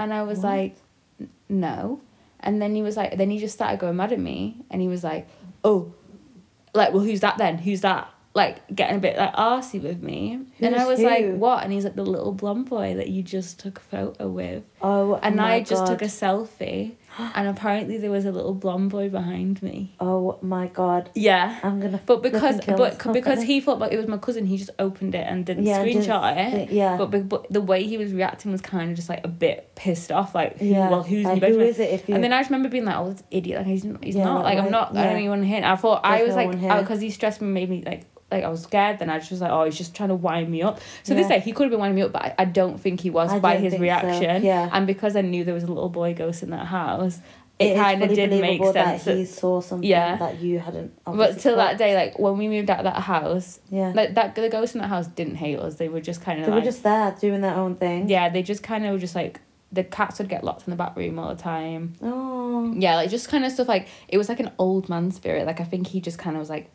Speaker 1: And I was
Speaker 2: What?
Speaker 1: like, "N- "No," and then he was like, then he just started going mad at me, and he was like, "Oh, like well, who's that then? Who's that?" Like getting a bit like arsy with me, and I
Speaker 2: Who's
Speaker 1: was like,
Speaker 2: who?
Speaker 1: "What?" And he's like, "The little blonde boy that you just took a photo with."
Speaker 2: Oh,
Speaker 1: And
Speaker 2: my
Speaker 1: I just
Speaker 2: God.
Speaker 1: took a selfie, and apparently there was a little blonde boy behind me.
Speaker 2: Oh my god.
Speaker 1: Yeah.
Speaker 2: I'm gonna.
Speaker 1: But
Speaker 2: flip
Speaker 1: because
Speaker 2: and kill
Speaker 1: but
Speaker 2: myself.
Speaker 1: because
Speaker 2: [LAUGHS]
Speaker 1: he thought like it was my cousin, he just opened it and didn't
Speaker 2: Yeah, just
Speaker 1: screenshot it.
Speaker 2: thi- yeah.
Speaker 1: But, but but the way he was reacting was kind of just like a bit pissed off, like who,
Speaker 2: Yeah.
Speaker 1: well who's
Speaker 2: like,
Speaker 1: the best
Speaker 2: who
Speaker 1: man?
Speaker 2: is it? If you.
Speaker 1: And then I just remember being like, oh, this idiot, like he's he's
Speaker 2: Yeah,
Speaker 1: not
Speaker 2: like,
Speaker 1: like,
Speaker 2: why-
Speaker 1: I'm not I
Speaker 2: yeah.
Speaker 1: don't even want to hit. I thought I
Speaker 2: There's
Speaker 1: was
Speaker 2: no
Speaker 1: like
Speaker 2: one here.
Speaker 1: because he stressed me, made me like like I was scared. Then I just was like, oh, he's just trying to wind me up. So they
Speaker 2: Yeah.
Speaker 1: say he could have been winding me up, but I, I don't think he was
Speaker 2: I
Speaker 1: by
Speaker 2: don't
Speaker 1: his
Speaker 2: think so.
Speaker 1: reaction.
Speaker 2: Yeah.
Speaker 1: And because I knew there was a little boy ghost in that house,
Speaker 2: It
Speaker 1: it,
Speaker 2: is
Speaker 1: kind of
Speaker 2: fully
Speaker 1: did make
Speaker 2: believable
Speaker 1: sense.
Speaker 2: that
Speaker 1: that-
Speaker 2: he saw something
Speaker 1: Yeah.
Speaker 2: that you hadn't.
Speaker 1: but
Speaker 2: obviously
Speaker 1: till that
Speaker 2: caught.
Speaker 1: day, like when we moved out of that house,
Speaker 2: Yeah.
Speaker 1: like that the ghosts in that house didn't hate us. They were just kind of
Speaker 2: they were
Speaker 1: like
Speaker 2: just there doing their own thing.
Speaker 1: yeah. They just kind of were just like the cats would get locked in the back room all the time.
Speaker 2: Oh.
Speaker 1: Yeah, like just kind of stuff like it was like an old man spirit. Like I think he just kind of was like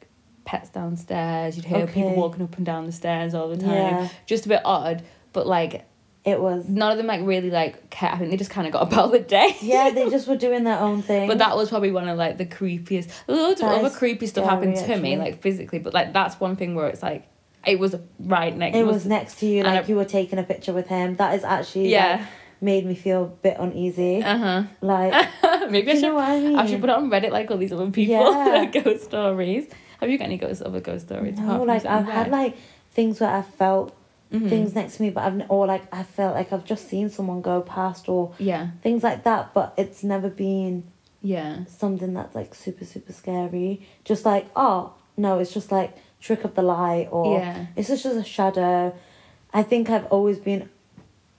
Speaker 1: pets downstairs. You'd hear people
Speaker 2: Okay.
Speaker 1: walking up and down the stairs all the time.
Speaker 2: Yeah.
Speaker 1: Just a bit odd, but like
Speaker 2: It was.
Speaker 1: none of them like really like care. I think they just kind of got [LAUGHS] about the day.
Speaker 2: Yeah, they just were doing their own
Speaker 1: [LAUGHS]
Speaker 2: thing.
Speaker 1: But that was probably one of like the creepiest. Loads
Speaker 2: That
Speaker 1: of other
Speaker 2: is
Speaker 1: creepy stuff
Speaker 2: scary,
Speaker 1: happened to me,
Speaker 2: actually.
Speaker 1: like physically. But like that's one thing where it's like it was right next.
Speaker 2: It was next to you,
Speaker 1: and
Speaker 2: like
Speaker 1: I-
Speaker 2: you were taking a picture with him. That is actually yeah.
Speaker 1: yeah.
Speaker 2: made me feel a bit uneasy.
Speaker 1: Uh
Speaker 2: Like,
Speaker 1: huh. [LAUGHS] Maybe
Speaker 2: do
Speaker 1: I
Speaker 2: you
Speaker 1: should.
Speaker 2: know what I mean?
Speaker 1: I should put it on Reddit like all these other people [LAUGHS]
Speaker 2: Yeah.
Speaker 1: ghost stories. Have you got any ghost other ghost stories? apart
Speaker 2: no,
Speaker 1: from
Speaker 2: like
Speaker 1: sitting
Speaker 2: I've had
Speaker 1: there?
Speaker 2: like things where I felt
Speaker 1: Mhm.
Speaker 2: things next to me, but I've n- or like I felt like I've just seen someone go past or
Speaker 1: Yeah,
Speaker 2: things like that. But it's never been
Speaker 1: yeah,
Speaker 2: something that's like super super scary. Just like oh no, it's just like trick of the light or
Speaker 1: yeah,
Speaker 2: it's just just a shadow. I think I've always been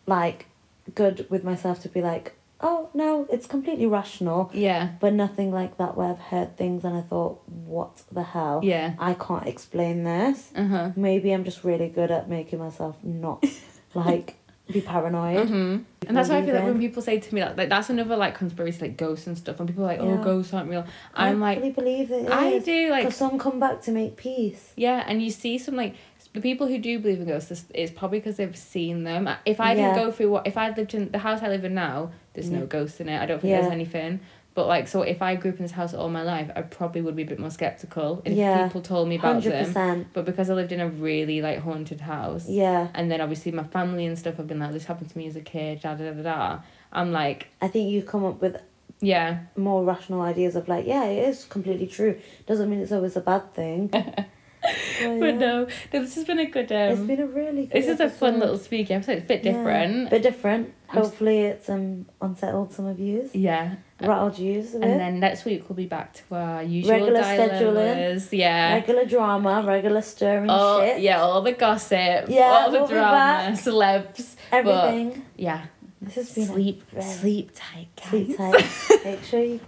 Speaker 2: like good with myself to be like oh no, it's completely rational.
Speaker 1: yeah,
Speaker 2: But nothing like that where I've heard things and I thought, what the hell?
Speaker 1: yeah.
Speaker 2: I can't explain this.
Speaker 1: Uh huh.
Speaker 2: Maybe I'm just really good at making myself
Speaker 1: [LAUGHS]
Speaker 2: not like be paranoid.
Speaker 1: hmm And that's why I feel like
Speaker 2: Believe
Speaker 1: when
Speaker 2: in.
Speaker 1: people say to me like, like that's another like conspiracy like ghosts and stuff, and people are like, oh,
Speaker 2: Yeah.
Speaker 1: ghosts aren't real.
Speaker 2: I
Speaker 1: I'm like,
Speaker 2: really believe it.
Speaker 1: I do like
Speaker 2: Because some come back to make peace.
Speaker 1: Yeah, and you see some like the people who do believe in ghosts. It's, it's probably because they've seen them. If I didn't
Speaker 2: Yeah.
Speaker 1: go through what if I lived in the house I live in now, there's
Speaker 2: Yeah.
Speaker 1: no ghosts in it. I don't think
Speaker 2: Yeah.
Speaker 1: there's anything. But like, so if I grew up in this house all my life, I probably would be a bit more skeptical if
Speaker 2: Yeah.
Speaker 1: people told me about
Speaker 2: Hundred
Speaker 1: them.
Speaker 2: percent.
Speaker 1: But because I lived in a really like haunted house,
Speaker 2: Yeah.
Speaker 1: and then obviously my family and stuff have been like, this happened to me as a kid, da da da da. I'm like,
Speaker 2: I think you come up with
Speaker 1: yeah,
Speaker 2: more rational ideas of like, yeah, it is completely true. Doesn't mean it's always a
Speaker 1: [LAUGHS]
Speaker 2: bad thing. Well, yeah.
Speaker 1: but no, no, this has been a good.
Speaker 2: it's
Speaker 1: Um,
Speaker 2: been a really good
Speaker 1: this is a fun
Speaker 2: episode.
Speaker 1: little speaky episode. It's a bit
Speaker 2: Yeah.
Speaker 1: different.
Speaker 2: Bit different.
Speaker 1: I'm s-
Speaker 2: Hopefully it's um unsettled some of yous.
Speaker 1: yeah,
Speaker 2: Rattled yous a bit.
Speaker 1: And then next week we'll be back to our usual
Speaker 2: Regular
Speaker 1: dilemmas. Yeah.
Speaker 2: regular drama, regular stirring
Speaker 1: all, uh,
Speaker 2: shit.
Speaker 1: Oh, yeah, all the gossip,
Speaker 2: Yeah,
Speaker 1: all the
Speaker 2: we'll be
Speaker 1: drama,
Speaker 2: back.
Speaker 1: celebs.
Speaker 2: Everything.
Speaker 1: Yeah.
Speaker 2: This has been
Speaker 1: Sleep
Speaker 2: very-
Speaker 1: sleep tight, guys. [LAUGHS]
Speaker 2: sleep tight. Make sure you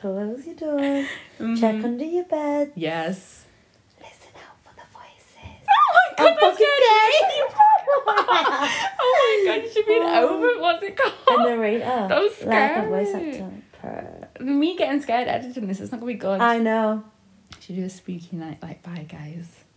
Speaker 2: close your doors.
Speaker 1: Mhm.
Speaker 2: Check under your bed.
Speaker 1: Yes.
Speaker 2: Listen out for the voices.
Speaker 1: Oh my god,
Speaker 2: I'm
Speaker 1: that's
Speaker 2: fucking [LAUGHS]
Speaker 1: good.
Speaker 2: dead.
Speaker 1: [LAUGHS] Oh my god, you should be an
Speaker 2: Oh.
Speaker 1: over what's it
Speaker 2: A
Speaker 1: called?
Speaker 2: narrator.
Speaker 1: That was
Speaker 2: Like a voice
Speaker 1: scary.
Speaker 2: actor. Purr.
Speaker 1: Me getting scared editing this, it's not gonna be good.
Speaker 2: I know.
Speaker 1: should do a spooky night like bye guys.